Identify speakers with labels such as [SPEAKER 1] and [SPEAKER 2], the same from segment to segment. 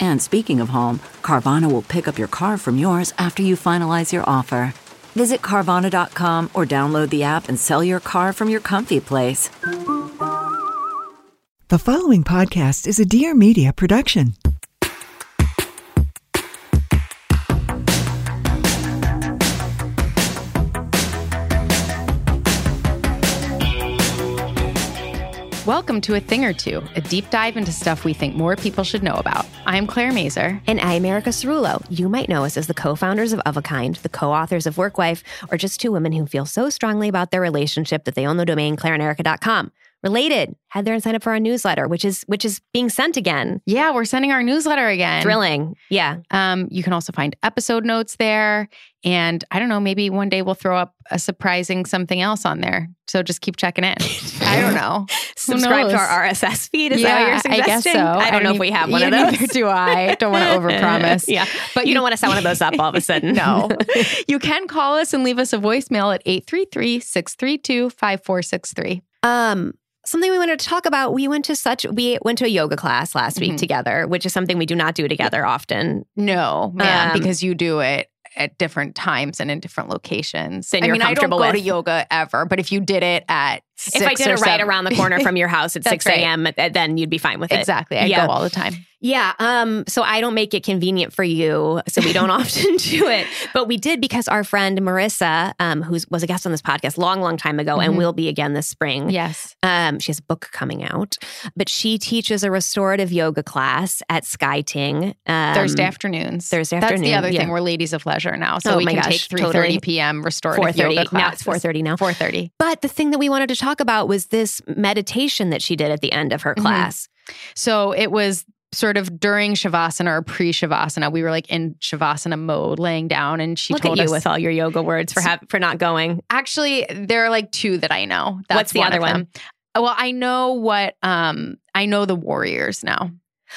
[SPEAKER 1] And speaking of home, Carvana will pick up your car from yours after you finalize your offer. Visit Carvana.com or download the app and sell your car from your comfy place.
[SPEAKER 2] The following podcast is a Dear Media production.
[SPEAKER 3] Welcome to A Thing or Two, a deep dive into stuff we think more people should know about. I'm Claire Mazer.
[SPEAKER 4] And I'm Erica Cerullo. You might know us as the co founders of Of a Kind, the co authors of Work Wife, or just two women who feel so strongly about their relationship that they own the domain claireanderica.com. Related, head there and sign up for our newsletter, which is which is being sent again.
[SPEAKER 3] Yeah, we're sending our newsletter again.
[SPEAKER 4] Thrilling. Yeah.
[SPEAKER 3] Um, you can also find episode notes there. And I don't know, maybe one day we'll throw up a surprising something else on there. So just keep checking in. I don't know. Who
[SPEAKER 4] Subscribe to
[SPEAKER 3] knows?
[SPEAKER 4] our RSS feed. Is that what
[SPEAKER 3] Yeah,
[SPEAKER 4] you're suggesting?
[SPEAKER 3] I guess so.
[SPEAKER 4] I don't know if
[SPEAKER 3] e-
[SPEAKER 4] we have one
[SPEAKER 3] yeah,
[SPEAKER 4] of those.
[SPEAKER 3] Neither do I. Don't want to overpromise.
[SPEAKER 4] yeah.
[SPEAKER 3] But
[SPEAKER 4] But you don't want to set one of those up all of a sudden.
[SPEAKER 3] No. you can call us and leave us a voicemail at 833-632-5463.
[SPEAKER 4] Um, something we wanted to talk about. We went to such we went to a yoga class last week
[SPEAKER 3] Mhm.
[SPEAKER 4] together, which is something we do not do together often.
[SPEAKER 3] No, man,
[SPEAKER 4] Um,
[SPEAKER 3] because you do it at different times and in different locations.
[SPEAKER 4] Than
[SPEAKER 3] I
[SPEAKER 4] you're
[SPEAKER 3] mean, I don't
[SPEAKER 4] comfortable
[SPEAKER 3] go
[SPEAKER 4] with.
[SPEAKER 3] to yoga ever, but if you did it at
[SPEAKER 4] if I did it right around the corner from your house at
[SPEAKER 3] That's
[SPEAKER 4] six a.m., then you'd be fine with it.
[SPEAKER 3] exactly, I
[SPEAKER 4] Yeah.
[SPEAKER 3] go all the time.
[SPEAKER 4] Yeah. Um, so I don't make it convenient for you. So we don't often do it. But we did because our friend Marissa, um, who was a guest on this podcast long, long time ago
[SPEAKER 3] Mhm.
[SPEAKER 4] and will be again this spring.
[SPEAKER 3] Yes,
[SPEAKER 4] Um, she has a book coming out, but she teaches a restorative yoga class at Sky Ting. Um,
[SPEAKER 3] Thursday afternoons.
[SPEAKER 4] Thursday
[SPEAKER 3] That's the
[SPEAKER 4] afternoon,
[SPEAKER 3] other
[SPEAKER 4] yeah.
[SPEAKER 3] thing. We're ladies of leisure now, so
[SPEAKER 4] Oh
[SPEAKER 3] we
[SPEAKER 4] my
[SPEAKER 3] can
[SPEAKER 4] gosh,
[SPEAKER 3] take three thirty
[SPEAKER 4] totally.
[SPEAKER 3] p.m. restorative yoga
[SPEAKER 4] 4.30.
[SPEAKER 3] classes.
[SPEAKER 4] Now it's 4.30 now.
[SPEAKER 3] Four thirty.
[SPEAKER 4] But the thing that we wanted to talk about was this meditation that she did at the end of her
[SPEAKER 3] Mhm.
[SPEAKER 4] class.
[SPEAKER 3] So it was sort of during shavasana or pre shavasana. We were like in shavasana mode, laying down, and she
[SPEAKER 4] Look
[SPEAKER 3] told
[SPEAKER 4] at you
[SPEAKER 3] us
[SPEAKER 4] with all your yoga words for ha- for not going.
[SPEAKER 3] Actually, there are like two that I know. That's
[SPEAKER 4] What's the
[SPEAKER 3] one
[SPEAKER 4] other
[SPEAKER 3] of
[SPEAKER 4] one?
[SPEAKER 3] them. Well, I know what um I know the warriors now.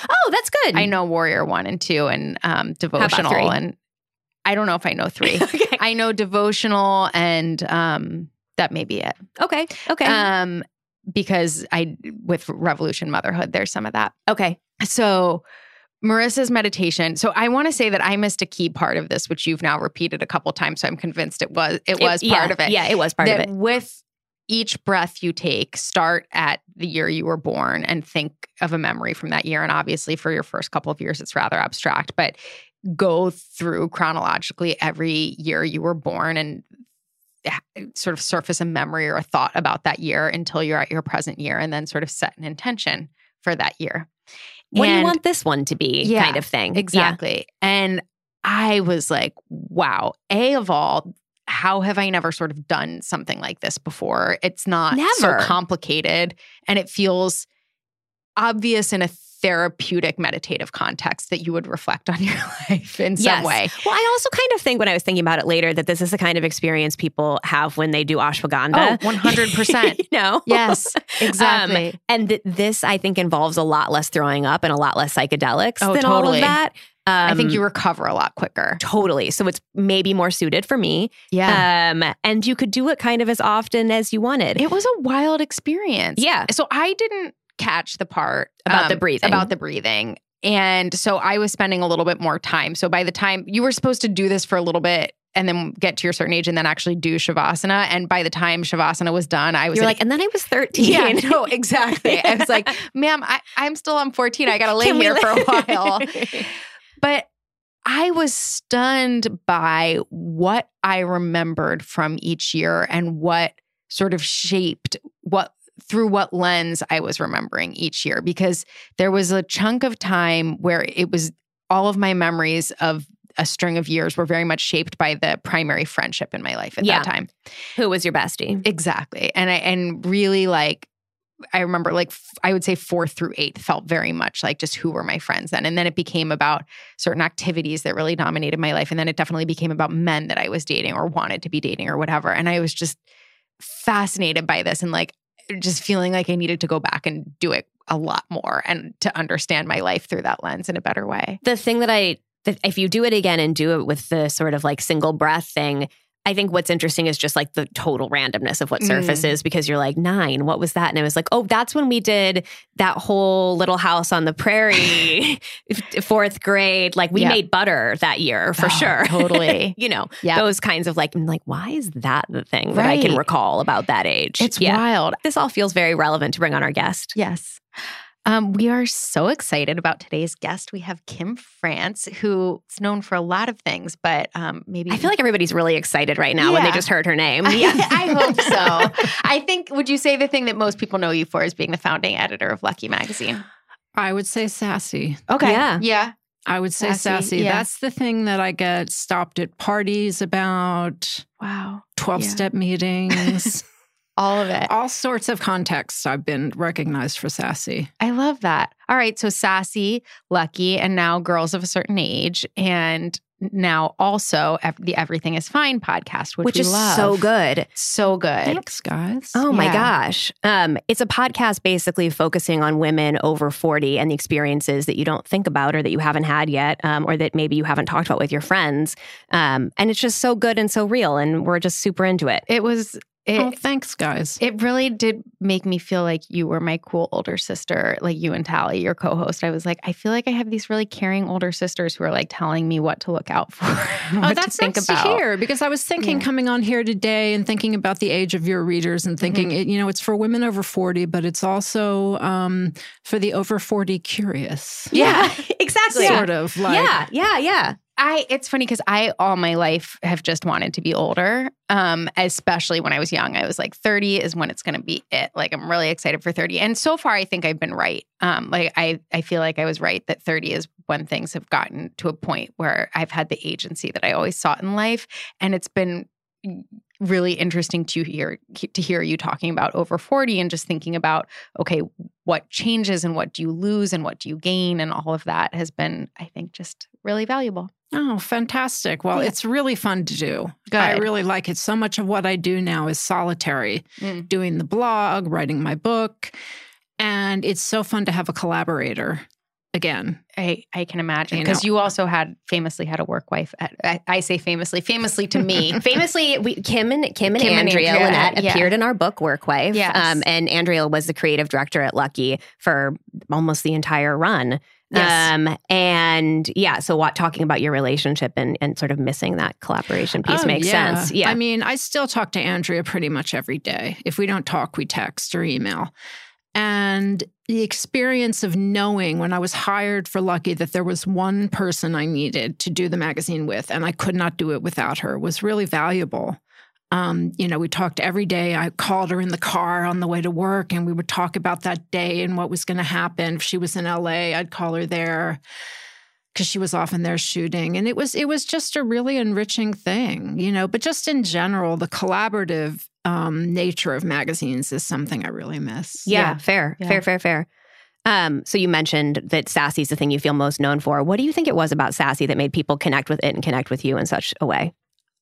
[SPEAKER 4] Oh, that's good.
[SPEAKER 3] I know warrior 1 and 2 and um
[SPEAKER 4] about
[SPEAKER 3] devotional
[SPEAKER 4] three?
[SPEAKER 3] and I don't know if I know 3.
[SPEAKER 4] okay.
[SPEAKER 3] I know devotional and um that may be it.
[SPEAKER 4] Okay. Okay.
[SPEAKER 3] Um because I with revolution motherhood there's some of that.
[SPEAKER 4] okay.
[SPEAKER 3] So Marissa's meditation. So I want to say that I missed a key part of this which you've now repeated a couple times so I'm convinced it was it was
[SPEAKER 4] yeah,
[SPEAKER 3] part of it
[SPEAKER 4] Yeah, it was part of
[SPEAKER 3] that
[SPEAKER 4] it.
[SPEAKER 3] with each breath you take, start at the year you were born and think of a memory from that year. And obviously, for your first couple of years, it's rather abstract, but go through chronologically every year you were born and ha- sort of surface a memory or a thought about that year until you're at your present year and then sort of set an intention for that year.
[SPEAKER 4] What do you
[SPEAKER 3] And-
[SPEAKER 4] want this one to be?
[SPEAKER 3] Yeah,
[SPEAKER 4] kind of thing.
[SPEAKER 3] Exactly. And I was like, wow, A of all, how have I never sort of done something like this before? It's not
[SPEAKER 4] Never.
[SPEAKER 3] so complicated and it feels obvious in a therapeutic meditative context that you would reflect on your life in some
[SPEAKER 4] Yes.
[SPEAKER 3] way.
[SPEAKER 4] Well, I also kind of think when I was thinking about it later that this is the kind of experience people have when they do
[SPEAKER 3] Oh,
[SPEAKER 4] ashwagandha.
[SPEAKER 3] 100%.
[SPEAKER 4] you know?
[SPEAKER 3] yes, exactly.
[SPEAKER 4] And th- this, I think, involves a lot less throwing up and a lot less psychedelics
[SPEAKER 3] Oh,
[SPEAKER 4] than all
[SPEAKER 3] totally.
[SPEAKER 4] of that. Um,
[SPEAKER 3] I think you recover a lot quicker.
[SPEAKER 4] totally. So it's maybe more suited for me.
[SPEAKER 3] Yeah.
[SPEAKER 4] Um, and you could do it kind of as often as you wanted.
[SPEAKER 3] it was a wild experience.
[SPEAKER 4] yeah.
[SPEAKER 3] So I didn't catch the part um,
[SPEAKER 4] About the breathing.
[SPEAKER 3] About the breathing. And so I was spending a little bit more time. So by the time you were supposed to do this for a little bit and then get to your certain age and then actually do Shavasana. And by the time Shavasana was done, I was
[SPEAKER 4] You're
[SPEAKER 3] at-
[SPEAKER 4] like, and then I was 13.
[SPEAKER 3] yeah, no, exactly. I was like, ma'am, I, I'm still on 14. I got to lay
[SPEAKER 4] Can we
[SPEAKER 3] here for a
[SPEAKER 4] let-
[SPEAKER 3] while. But I was stunned by what I remembered from each year and what sort of shaped what through what lens I was remembering each year because there was a chunk of time where it was all of my memories of a string of years were very much shaped by the primary friendship in my life at
[SPEAKER 4] Yeah.
[SPEAKER 3] that time.
[SPEAKER 4] Who was your bestie?
[SPEAKER 3] Exactly. And I and really like I remember like f- I would say 4 through 8 felt very much like just who were my friends then and then it became about certain activities that really dominated my life and then it definitely became about men that I was dating or wanted to be dating or whatever and I was just fascinated by this and like just feeling like I needed to go back and do it a lot more and to understand my life through that lens in a better way.
[SPEAKER 4] The thing that I, that if you do it again and do it with the sort of like single breath thing, I think what's interesting is just like the total randomness of what
[SPEAKER 3] Mm.
[SPEAKER 4] surfaces because you're like, nine, what was that? And it was like, oh, that's when we did that whole little house on the prairie, fourth grade. Like we
[SPEAKER 3] Yeah.
[SPEAKER 4] made butter that year for
[SPEAKER 3] Oh,
[SPEAKER 4] sure.
[SPEAKER 3] totally.
[SPEAKER 4] you know,
[SPEAKER 3] Yeah.
[SPEAKER 4] those kinds of like, I'm like, why is that the thing that I can
[SPEAKER 3] Right.
[SPEAKER 4] recall about that age?
[SPEAKER 3] It's wild.
[SPEAKER 4] This all feels very relevant to bring on our guest.
[SPEAKER 3] Yes. Um, we are so excited about today's guest. We have Kim France, who is known for a lot of things, but um, maybe
[SPEAKER 4] I feel like everybody's really excited right now when they
[SPEAKER 3] Yeah.
[SPEAKER 4] just heard her name.
[SPEAKER 3] I, I hope so. I think. Would you say the thing that most people know you for is being the founding editor of Lucky Magazine?
[SPEAKER 5] I would say sassy.
[SPEAKER 3] Okay.
[SPEAKER 4] Yeah.
[SPEAKER 3] Yeah.
[SPEAKER 5] I would say
[SPEAKER 3] Sassy,
[SPEAKER 5] sassy.
[SPEAKER 3] yeah.
[SPEAKER 5] That's the thing that I get stopped at parties about,
[SPEAKER 3] Wow.
[SPEAKER 5] 12 step meetings,
[SPEAKER 3] All of it.
[SPEAKER 5] all sorts of contexts. I've been recognized for sassy.
[SPEAKER 3] I love that. All right. So sassy, lucky, and now girls of a certain age, and now also ev- the Everything Is Fine podcast, which,
[SPEAKER 4] Which
[SPEAKER 3] we
[SPEAKER 4] is
[SPEAKER 3] love.
[SPEAKER 4] so good.
[SPEAKER 3] So good.
[SPEAKER 5] Thanks, guys.
[SPEAKER 4] Oh my
[SPEAKER 3] Yeah.
[SPEAKER 4] gosh. Um, it's a podcast basically focusing on women over 40 and the experiences that you don't think about or that you haven't had yet, um, or that maybe you haven't talked about with your friends. Um, and it's just so good and so real. And we're just super into it.
[SPEAKER 3] It was. It,
[SPEAKER 5] oh, thanks, guys.
[SPEAKER 3] It really did make me feel like you were my cool older sister, like you and Tally, your co host. I was like, I feel like I have these really caring older sisters who are like telling me what to look out for. and what
[SPEAKER 5] Oh,
[SPEAKER 3] to
[SPEAKER 5] that's
[SPEAKER 3] think
[SPEAKER 5] nice
[SPEAKER 3] about.
[SPEAKER 5] to hear because I was thinking
[SPEAKER 3] Yeah.
[SPEAKER 5] coming on here today and thinking about the age of your readers and thinking,
[SPEAKER 3] Mm-hmm.
[SPEAKER 5] it, you know, it's for women over 40, but it's also um, for the over 40 curious.
[SPEAKER 4] Yeah, exactly.
[SPEAKER 5] Sort of like,
[SPEAKER 4] yeah, yeah, yeah.
[SPEAKER 3] I it's funny because I all my life have just wanted to be older. Um, especially when I was young. I was like 30 is when it's gonna be it. Like I'm really excited for 30. And so far I think I've been right. Um, like I I feel like I was right that 30 is when things have gotten to a point where I've had the agency that I always sought in life. And it's been really interesting to hear to hear you talking about over 40 and just thinking about okay what changes and what do you lose and what do you gain and all of that has been i think just really valuable
[SPEAKER 5] Oh, fantastic. Well,
[SPEAKER 3] Yeah.
[SPEAKER 5] it's really fun to do. I
[SPEAKER 3] Good.
[SPEAKER 5] really like it. So much of what I do now is solitary,
[SPEAKER 3] Mm.
[SPEAKER 5] doing the blog, writing my book. And it's so fun to have a collaborator again.
[SPEAKER 3] I, I can imagine
[SPEAKER 5] You
[SPEAKER 3] because
[SPEAKER 5] know.
[SPEAKER 3] you, also had famously had a work wife. At, I, I say famously, famously to me.
[SPEAKER 4] Famously, we, Kim and Kim and
[SPEAKER 3] Kim and
[SPEAKER 4] Andrea,
[SPEAKER 3] Andrea,
[SPEAKER 4] Lynette
[SPEAKER 3] yeah.
[SPEAKER 4] appeared in our book Work Wife. Um,
[SPEAKER 3] Yes.
[SPEAKER 4] and Andrea was the creative director at Lucky for almost the entire run.
[SPEAKER 3] Yes.
[SPEAKER 4] Um, and yeah, so what talking about your relationship and, and sort of missing that collaboration piece
[SPEAKER 5] Oh,
[SPEAKER 4] makes
[SPEAKER 5] yeah.
[SPEAKER 4] sense. Yeah.
[SPEAKER 5] I mean, I still talk to Andrea pretty much every day. If we don't talk, we text or email. And the experience of knowing when I was hired for Lucky that there was one person I needed to do the magazine with, and I could not do it without her, was really valuable. Um, you know, we talked every day. I called her in the car on the way to work, and we would talk about that day and what was going to happen. If she was in LA, I'd call her there because she was often there shooting and it was it was just a really enriching thing you know but just in general the collaborative um, nature of magazines is something i really miss
[SPEAKER 4] yeah,
[SPEAKER 3] yeah.
[SPEAKER 4] fair,
[SPEAKER 3] Yeah.
[SPEAKER 4] fair, fair, fair. Um, so you mentioned that Sassy is the thing you feel most known for. What do you think it was about Sassy that made people connect with it and connect with you in such a way?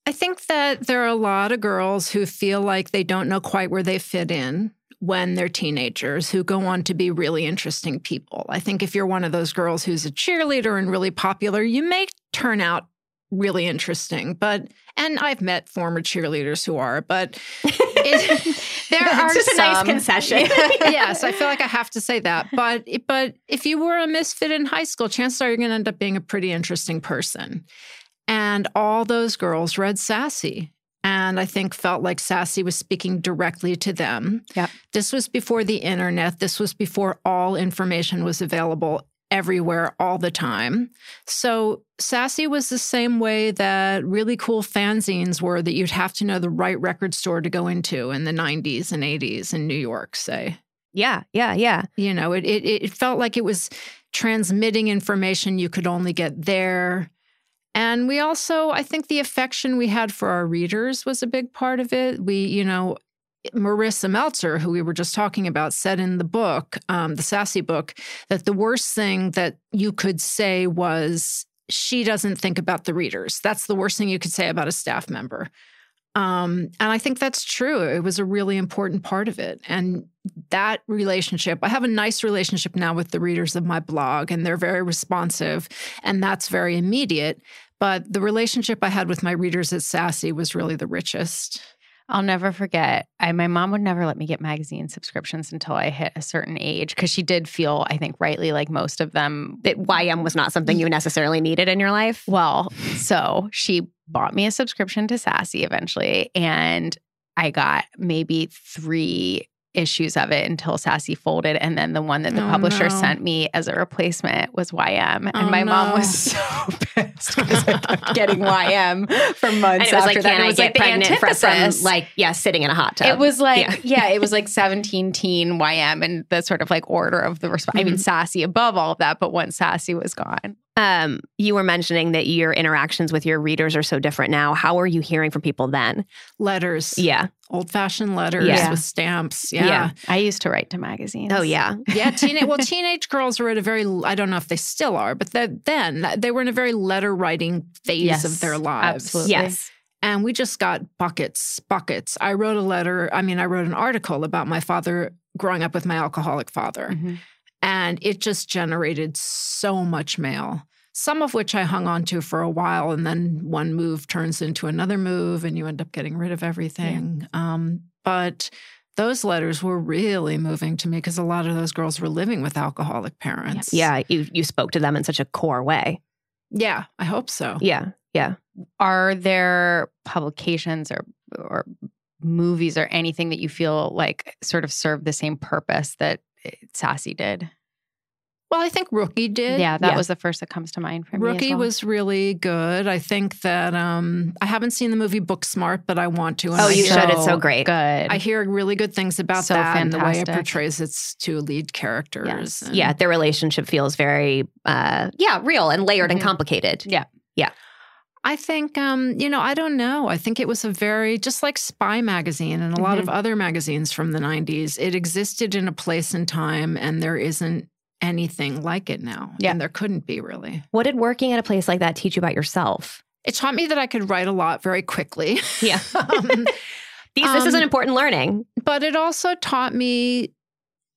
[SPEAKER 5] i think that there are a lot of girls who feel like they don't know quite where they fit in when they're teenagers who go on to be really interesting people i think if you're one of those girls who's a cheerleader and really popular you may turn out really interesting but and i've met former cheerleaders who are but it, there
[SPEAKER 4] It's
[SPEAKER 5] are
[SPEAKER 4] just a nice
[SPEAKER 5] some-
[SPEAKER 4] concession.
[SPEAKER 5] yes, I feel like I have to say that. But but if you were a misfit in high school, chances are you're going to end up being a pretty interesting person. And all those girls read Sassy, and I think felt like Sassy was speaking directly to them.
[SPEAKER 3] Yep.
[SPEAKER 5] This was before the internet. This was before all information was available everywhere all the time. So Sassy was the same way that really cool fanzines were that you'd have to know the right record store to go into in the 90s and 80s in New York, say.
[SPEAKER 4] Yeah, yeah, yeah.
[SPEAKER 5] You know, it it, it felt like it was transmitting information you could only get there. And we also, I think the affection we had for our readers was a big part of it. We, you know, Marissa Meltzer, who we were just talking about, said in the book, um, the Sassy book, that the worst thing that you could say was, she doesn't think about the readers. That's the worst thing you could say about a staff member. Um, and I think that's true. It was a really important part of it. And that relationship, I have a nice relationship now with the readers of my blog, and they're very responsive, and that's very immediate. But the relationship I had with my readers at Sassy was really the richest.
[SPEAKER 3] I'll never forget. I, my mom would never let me get magazine subscriptions until I hit a certain age because she did feel, I think, rightly like most of them.
[SPEAKER 4] That YM was not something you necessarily needed in your life.
[SPEAKER 3] Well, so she bought me a subscription to Sassy eventually, and I got maybe three issues of it until Sassy folded. And then the one that the
[SPEAKER 5] Oh,
[SPEAKER 3] publisher
[SPEAKER 5] no.
[SPEAKER 3] sent me as a replacement was YM. And
[SPEAKER 5] Oh,
[SPEAKER 3] my mom
[SPEAKER 5] no.
[SPEAKER 3] was so pissed because I kept getting YM for months
[SPEAKER 4] And it was
[SPEAKER 3] after
[SPEAKER 4] like,
[SPEAKER 3] that.
[SPEAKER 4] can
[SPEAKER 3] It
[SPEAKER 4] I
[SPEAKER 3] was
[SPEAKER 4] get
[SPEAKER 3] the
[SPEAKER 4] pregnant fr- from,
[SPEAKER 3] antithesis.
[SPEAKER 4] like, yeah, sitting in a hot tub?
[SPEAKER 3] It was like,
[SPEAKER 4] Yeah.
[SPEAKER 3] yeah. it was like 17 teen YM and the sort of like order of the response. I mean, sassy above all of that, but once sassy was gone.
[SPEAKER 4] Um, you were mentioning that your interactions with your readers are so different now. How are you hearing from people then?
[SPEAKER 5] Letters,
[SPEAKER 4] Yeah.
[SPEAKER 5] old fashioned letters
[SPEAKER 4] Yeah.
[SPEAKER 5] with stamps.
[SPEAKER 4] Yeah.
[SPEAKER 5] yeah.
[SPEAKER 3] I used to write to magazines.
[SPEAKER 4] Oh, yeah.
[SPEAKER 5] Yeah, teenage well, teenage girls were at a very I don't know if they still are, but that then that- they were in a very letter writing phase
[SPEAKER 3] Yes,
[SPEAKER 5] of their lives.
[SPEAKER 3] absolutely.
[SPEAKER 4] Yes.
[SPEAKER 5] And we just got buckets, buckets. I wrote a letter, I mean, I wrote an article about my father growing up with my alcoholic father.
[SPEAKER 3] Mhm.
[SPEAKER 5] And it just generated so much mail. Some of which I hung on to for a while, and then one move turns into another move, and you end up getting rid of everything. Um, but those letters were really moving to me because a lot of those girls were living with alcoholic parents.
[SPEAKER 4] Yeah. You you spoke to them in such a core way.
[SPEAKER 5] Yeah, I hope so.
[SPEAKER 4] Yeah.
[SPEAKER 3] Are there publications or or movies or anything that you feel like sort of served the same purpose that eh, sassy did?
[SPEAKER 5] Well, I think Rookie did.
[SPEAKER 3] yeah, that
[SPEAKER 4] yeah.
[SPEAKER 3] was the first that comes to mind for me. as
[SPEAKER 5] Rookie
[SPEAKER 3] well.
[SPEAKER 5] was really good. I think that um, I haven't seen the movie Booksmart, but I want to. and
[SPEAKER 4] Oh,
[SPEAKER 5] I
[SPEAKER 4] you
[SPEAKER 5] hear-
[SPEAKER 4] should. It's so great.
[SPEAKER 3] Good.
[SPEAKER 5] I hear really good things about
[SPEAKER 3] So
[SPEAKER 5] that and the way it
[SPEAKER 3] fantastic.
[SPEAKER 5] portrays its two lead characters.
[SPEAKER 3] Yes.
[SPEAKER 5] and-
[SPEAKER 4] Yeah. Their relationship feels very uh yeah, real and layered and
[SPEAKER 3] Mhm.
[SPEAKER 4] complicated.
[SPEAKER 3] Yeah.
[SPEAKER 5] I think, um, you know, I don't know. I think it was a very, just like Spy Magazine and a lot
[SPEAKER 3] Mm-hmm.
[SPEAKER 5] of other magazines from the 90s, it existed in a place and time, and there isn't anything like it now.
[SPEAKER 3] Yeah.
[SPEAKER 5] And there couldn't be really.
[SPEAKER 4] What did working at a place like that teach you about yourself?
[SPEAKER 5] It taught me that I could write a lot very quickly.
[SPEAKER 4] Yeah.
[SPEAKER 5] um,
[SPEAKER 4] These, this is an
[SPEAKER 5] Um,
[SPEAKER 4] important learning.
[SPEAKER 5] but it also taught me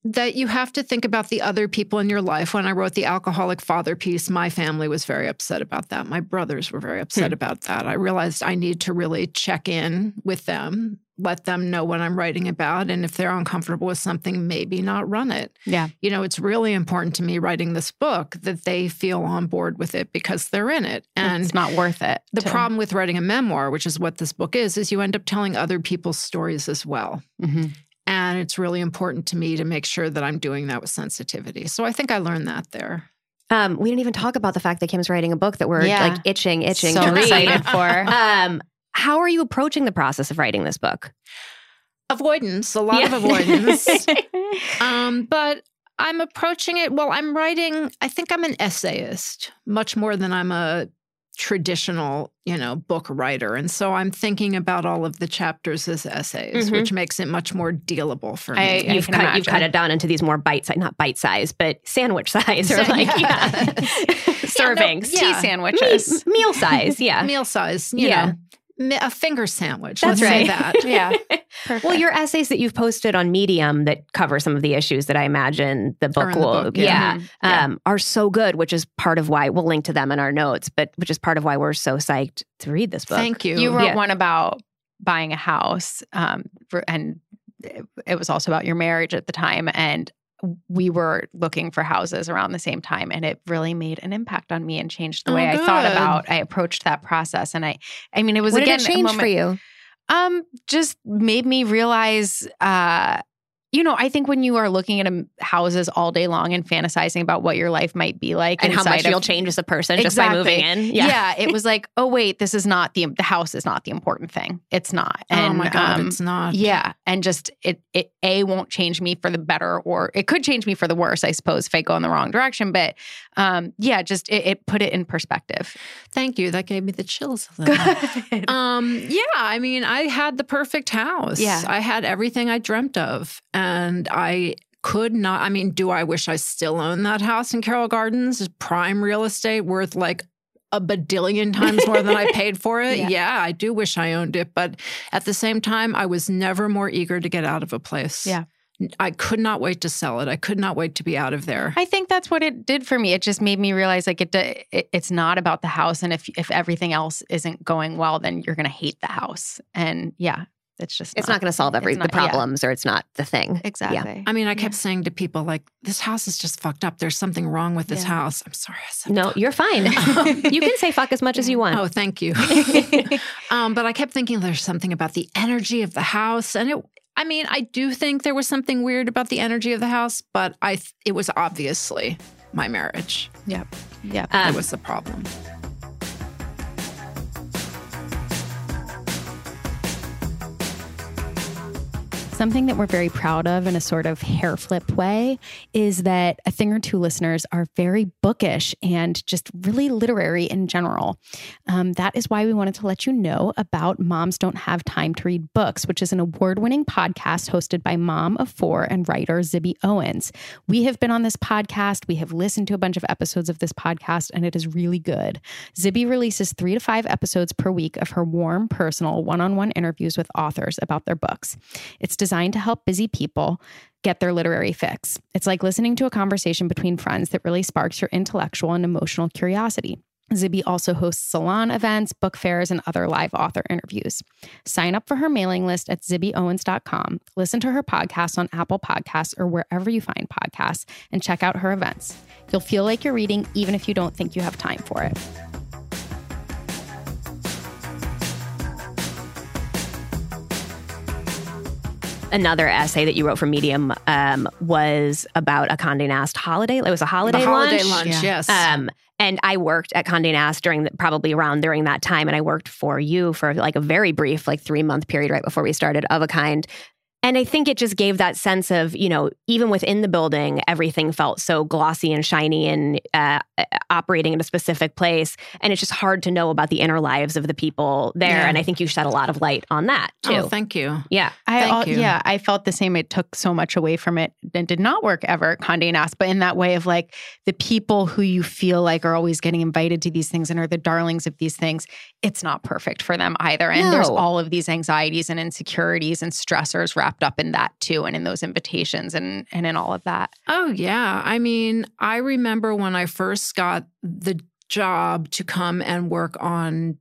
[SPEAKER 5] that you have to think about the other people in your life. When I wrote the alcoholic father piece, my family was very upset about that. My brothers were very
[SPEAKER 3] Hmm.
[SPEAKER 5] upset about that. I realized I need to really check in with them, let them know what I'm writing about. And if they're uncomfortable with something, maybe not run it.
[SPEAKER 3] Yeah.
[SPEAKER 5] You know, it's really important to me writing this book that they feel on board with it because they're in it. And
[SPEAKER 3] it's not worth it.
[SPEAKER 5] the
[SPEAKER 3] to-
[SPEAKER 5] problem with writing a memoir, which is what this book is, is you end up telling other people's stories as well.
[SPEAKER 3] Mhm.
[SPEAKER 5] And it's really important to me to make sure that I'm doing that with sensitivity. So I think I learned that there.
[SPEAKER 4] Um, we didn't even talk about the fact that Kim's writing a book that we're
[SPEAKER 3] Yeah.
[SPEAKER 4] like itching, itching
[SPEAKER 3] So
[SPEAKER 4] to read.
[SPEAKER 3] excited for.
[SPEAKER 4] Um, how are you approaching the process of writing this book?
[SPEAKER 5] Avoidance, a lot
[SPEAKER 4] Yeah.
[SPEAKER 5] of avoidance. um, but I'm approaching it. Well, I'm writing, I think I'm an essayist much more than I'm a traditional, you know, book writer. And so I'm thinking about all of the chapters as essays,
[SPEAKER 4] Mhm.
[SPEAKER 5] which makes it much more dealable for me.
[SPEAKER 3] Mm-hmm. I- I
[SPEAKER 4] you've
[SPEAKER 3] can
[SPEAKER 4] cut, you've cut
[SPEAKER 3] imagine.
[SPEAKER 4] it down into these more bite size, not bite size, but sandwich size or like yeah. servings,
[SPEAKER 5] Yeah.
[SPEAKER 3] Tea sandwiches.
[SPEAKER 4] Me- meal size. Yeah.
[SPEAKER 5] meal size, you
[SPEAKER 4] Yeah.
[SPEAKER 5] yeah. know, a finger sandwich.
[SPEAKER 4] That's
[SPEAKER 5] let's
[SPEAKER 4] right.
[SPEAKER 5] say that.
[SPEAKER 3] yeah.
[SPEAKER 4] Well, your essays that you've posted on Medium that cover some of the issues that I imagine the book
[SPEAKER 5] in the
[SPEAKER 4] will,
[SPEAKER 5] book,
[SPEAKER 4] yeah,
[SPEAKER 5] yeah.
[SPEAKER 3] Mhm.
[SPEAKER 4] Um, are so good, which is part of why we'll link to them in our notes, but which is part of why we're so psyched to read this book.
[SPEAKER 5] Thank you.
[SPEAKER 3] You wrote
[SPEAKER 4] Yeah.
[SPEAKER 3] one about buying a house, um, for, and it- it was also about your marriage at the time. And we were looking for houses around the same time, and it really made an impact on me and changed the
[SPEAKER 5] Oh,
[SPEAKER 3] way I thought
[SPEAKER 5] good.
[SPEAKER 3] about, I approached that process, and I, I mean, it was
[SPEAKER 4] what
[SPEAKER 3] again
[SPEAKER 4] did it
[SPEAKER 3] a
[SPEAKER 4] change
[SPEAKER 3] moment-
[SPEAKER 4] for you?
[SPEAKER 3] Um, just made me realize uh, you know, I think when you are looking at um, houses all day long and fantasizing about what your life might be like
[SPEAKER 4] and how
[SPEAKER 3] inside
[SPEAKER 4] much
[SPEAKER 3] of-
[SPEAKER 4] you'll change as a person just by
[SPEAKER 3] Exactly.
[SPEAKER 4] moving in.
[SPEAKER 3] Yeah. it was like, oh wait, this is not the the house is not the important thing. It's not. And
[SPEAKER 5] oh my god,
[SPEAKER 3] um,
[SPEAKER 5] it's not.
[SPEAKER 3] yeah, and just it it a won't change me for the better or it could change me for the worse, I suppose, if I go in the wrong direction. But um, yeah, just it, it put it in perspective.
[SPEAKER 5] Thank you. That gave me the chills a little. um yeah i mean i had the perfect house
[SPEAKER 3] Yeah.
[SPEAKER 5] i had everything i dreamt of and i could not i mean do i wish i still owned that house in carroll gardens It's prime real estate worth like a badillion times more than I paid for it.
[SPEAKER 3] Yeah.
[SPEAKER 5] Yeah. I do wish I owned it, but at the same time, I was never more eager to get out of a place.
[SPEAKER 3] Yeah.
[SPEAKER 5] I could not wait to sell it. I could not wait to be out of there.
[SPEAKER 3] I think that's what it did for me. It just made me realize like it, do- it it's not about the house and if if everything else isn't going well then you're going to hate the house. And yeah, it's just
[SPEAKER 4] It's not going to solve every
[SPEAKER 3] it's not-
[SPEAKER 4] the problems or it's not the thing.
[SPEAKER 3] Yeah, exactly.
[SPEAKER 5] I mean, I kept saying to people, like, this house is just fucked up. There's something wrong with this
[SPEAKER 3] Yeah.
[SPEAKER 5] house. I'm sorry. I said
[SPEAKER 4] No, you're fine. you can say fuck as much as you want.
[SPEAKER 5] Oh, thank you. um, but I kept thinking there's something about the energy of the house, and it. I mean, I do think there was something weird about the energy of the house, but I. Th- it was obviously my marriage
[SPEAKER 3] Yep. Yep.
[SPEAKER 4] uh,
[SPEAKER 5] that
[SPEAKER 4] Um,
[SPEAKER 5] was the problem.
[SPEAKER 3] Something that we're very proud of in a sort of hair flip way is that a thing or two listeners are very bookish and just really literary in general. Um, that is why we wanted to let you know about Moms Don't Have Time to Read Books, which is an award winning podcast hosted by mom of four and writer Zibby Owens. We have been on this podcast, we have listened to a bunch of episodes of this podcast, and it is really good. Zibby releases three to five episodes per week of her warm, personal, one on one interviews with authors about their books. It's designed to help busy people get their literary fix. It's like listening to a conversation between friends that really sparks your intellectual and emotional curiosity. Zibby also hosts salon events, book fairs, and other live author interviews. Sign up for her mailing list at zibbyowens.com. Listen to her podcast on Apple Podcasts or wherever you find podcasts and check out her events. You'll feel like you're reading even if you don't think you have time for it.
[SPEAKER 4] Another essay that you wrote for Medium um, was about a Condé Nast holiday. It was a holiday
[SPEAKER 5] the holiday
[SPEAKER 4] lunch.
[SPEAKER 5] lunch,
[SPEAKER 3] Yeah.
[SPEAKER 5] yes.
[SPEAKER 4] Um, and I worked at Condé Nast during the, probably around during that time, and I worked for you for like a very brief, like three month period right before we started of a kind. And I think it just gave that sense of you know even within the building, everything felt so glossy and shiny and uh, operating in a specific place, and it's just hard to know about the inner lives of the people there.
[SPEAKER 5] Yeah.
[SPEAKER 4] And I think you shed a lot of light on that too.
[SPEAKER 5] oh, thank you.
[SPEAKER 4] yeah,
[SPEAKER 3] I
[SPEAKER 5] Thank
[SPEAKER 3] al-
[SPEAKER 5] you.
[SPEAKER 3] yeah, I felt the same. It took so much away from it and did not work ever at Condé Nast, but in that way of like the people who you feel like are always getting invited to these things and are the darlings of these things, it's not perfect for them either. And there's
[SPEAKER 4] No.
[SPEAKER 3] all of these anxieties and insecurities and stressors wrapped up in that too, and in those invitations and and in all of that.
[SPEAKER 5] Oh, yeah. I mean, I remember when I first got the job to come and work on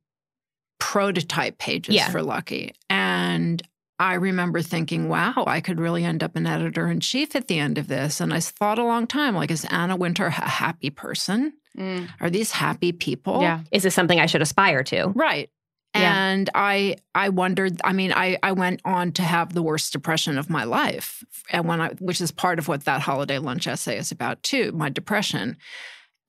[SPEAKER 5] prototype pages
[SPEAKER 4] Yeah.
[SPEAKER 5] for Lucky. And I remember thinking, wow, I could really end up an editor in chief at the end of this. And I thought a long time, like, is Anna Winter a happy person?
[SPEAKER 4] Mm.
[SPEAKER 5] Are these happy people?
[SPEAKER 3] Yeah.
[SPEAKER 4] is this something I should aspire to?
[SPEAKER 5] Right.
[SPEAKER 3] Yeah.
[SPEAKER 5] And I I wondered, I mean, I, I went on to have the worst depression of my life. And when I which is part of what that holiday lunch essay is about too, my depression.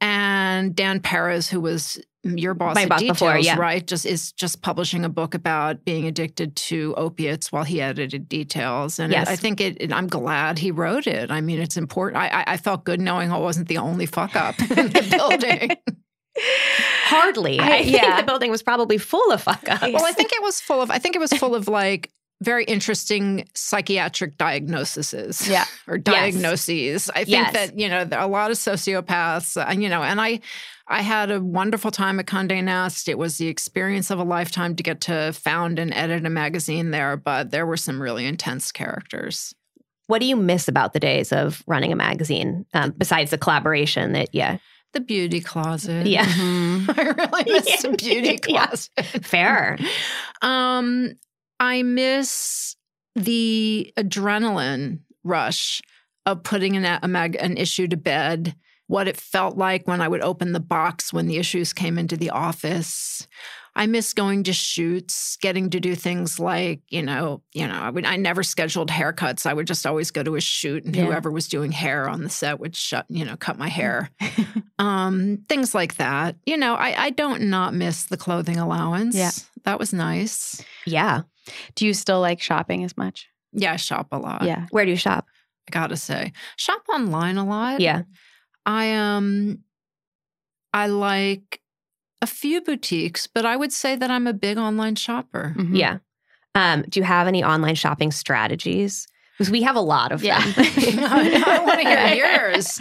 [SPEAKER 5] And Dan Perez, who was your boss
[SPEAKER 4] My
[SPEAKER 5] at
[SPEAKER 4] boss
[SPEAKER 5] Details,
[SPEAKER 4] before, yeah.
[SPEAKER 5] right? Just is just publishing a book about being addicted to opiates while he edited Details. And it-
[SPEAKER 4] Yes.
[SPEAKER 5] I think it, it- I'm glad he wrote it. I mean, it's important. I, I, I felt good knowing I wasn't the only fuck up in the building.
[SPEAKER 4] Hardly. I,
[SPEAKER 3] I-
[SPEAKER 4] think
[SPEAKER 3] yeah.
[SPEAKER 4] the building was probably full of fuck ups.
[SPEAKER 5] Well, I think it was full of. I think it was full of like very interesting psychiatric diagnoses.
[SPEAKER 3] Yeah.
[SPEAKER 5] or diagnoses. I think
[SPEAKER 4] Yes.
[SPEAKER 5] that you know there are a lot of sociopaths. Uh, you know, and I, I had a wonderful time at Condé Nast. It was the experience of a lifetime to get to found and edit a magazine there. But there were some really intense characters.
[SPEAKER 4] what do you miss about the days of running a magazine um, besides the collaboration that yeah
[SPEAKER 5] The beauty closet. Mm-hmm.
[SPEAKER 4] yeah
[SPEAKER 5] I really miss the beauty
[SPEAKER 4] Yeah.
[SPEAKER 5] closet.
[SPEAKER 4] fair
[SPEAKER 5] Um, I miss the adrenaline rush of putting an, a mag, an issue to bed. What it felt like when I would open the box when the issues came into the office. I miss going to shoots, getting to do things like, you know, you know, I would I never scheduled haircuts. I would just always go to a shoot and
[SPEAKER 3] Yeah. Mm.
[SPEAKER 5] whoever was doing hair on the set would shut, you know, cut my hair. um, things like that. You know, I, I don't not miss the clothing allowance.
[SPEAKER 3] Yeah.
[SPEAKER 5] That was nice.
[SPEAKER 4] Yeah.
[SPEAKER 3] Do you still like shopping as much?
[SPEAKER 5] Yeah, I shop a lot.
[SPEAKER 3] yeah.
[SPEAKER 4] Where do you shop?
[SPEAKER 5] I gotta say. Shop online a lot.
[SPEAKER 4] Yeah.
[SPEAKER 5] I um I like a few boutiques, but I would say that I'm a big online shopper.
[SPEAKER 3] Mhm.
[SPEAKER 4] Yeah. Um, do you have any online shopping strategies? Because we have a lot of
[SPEAKER 3] Yeah.
[SPEAKER 4] them.
[SPEAKER 5] I, want to hear yours.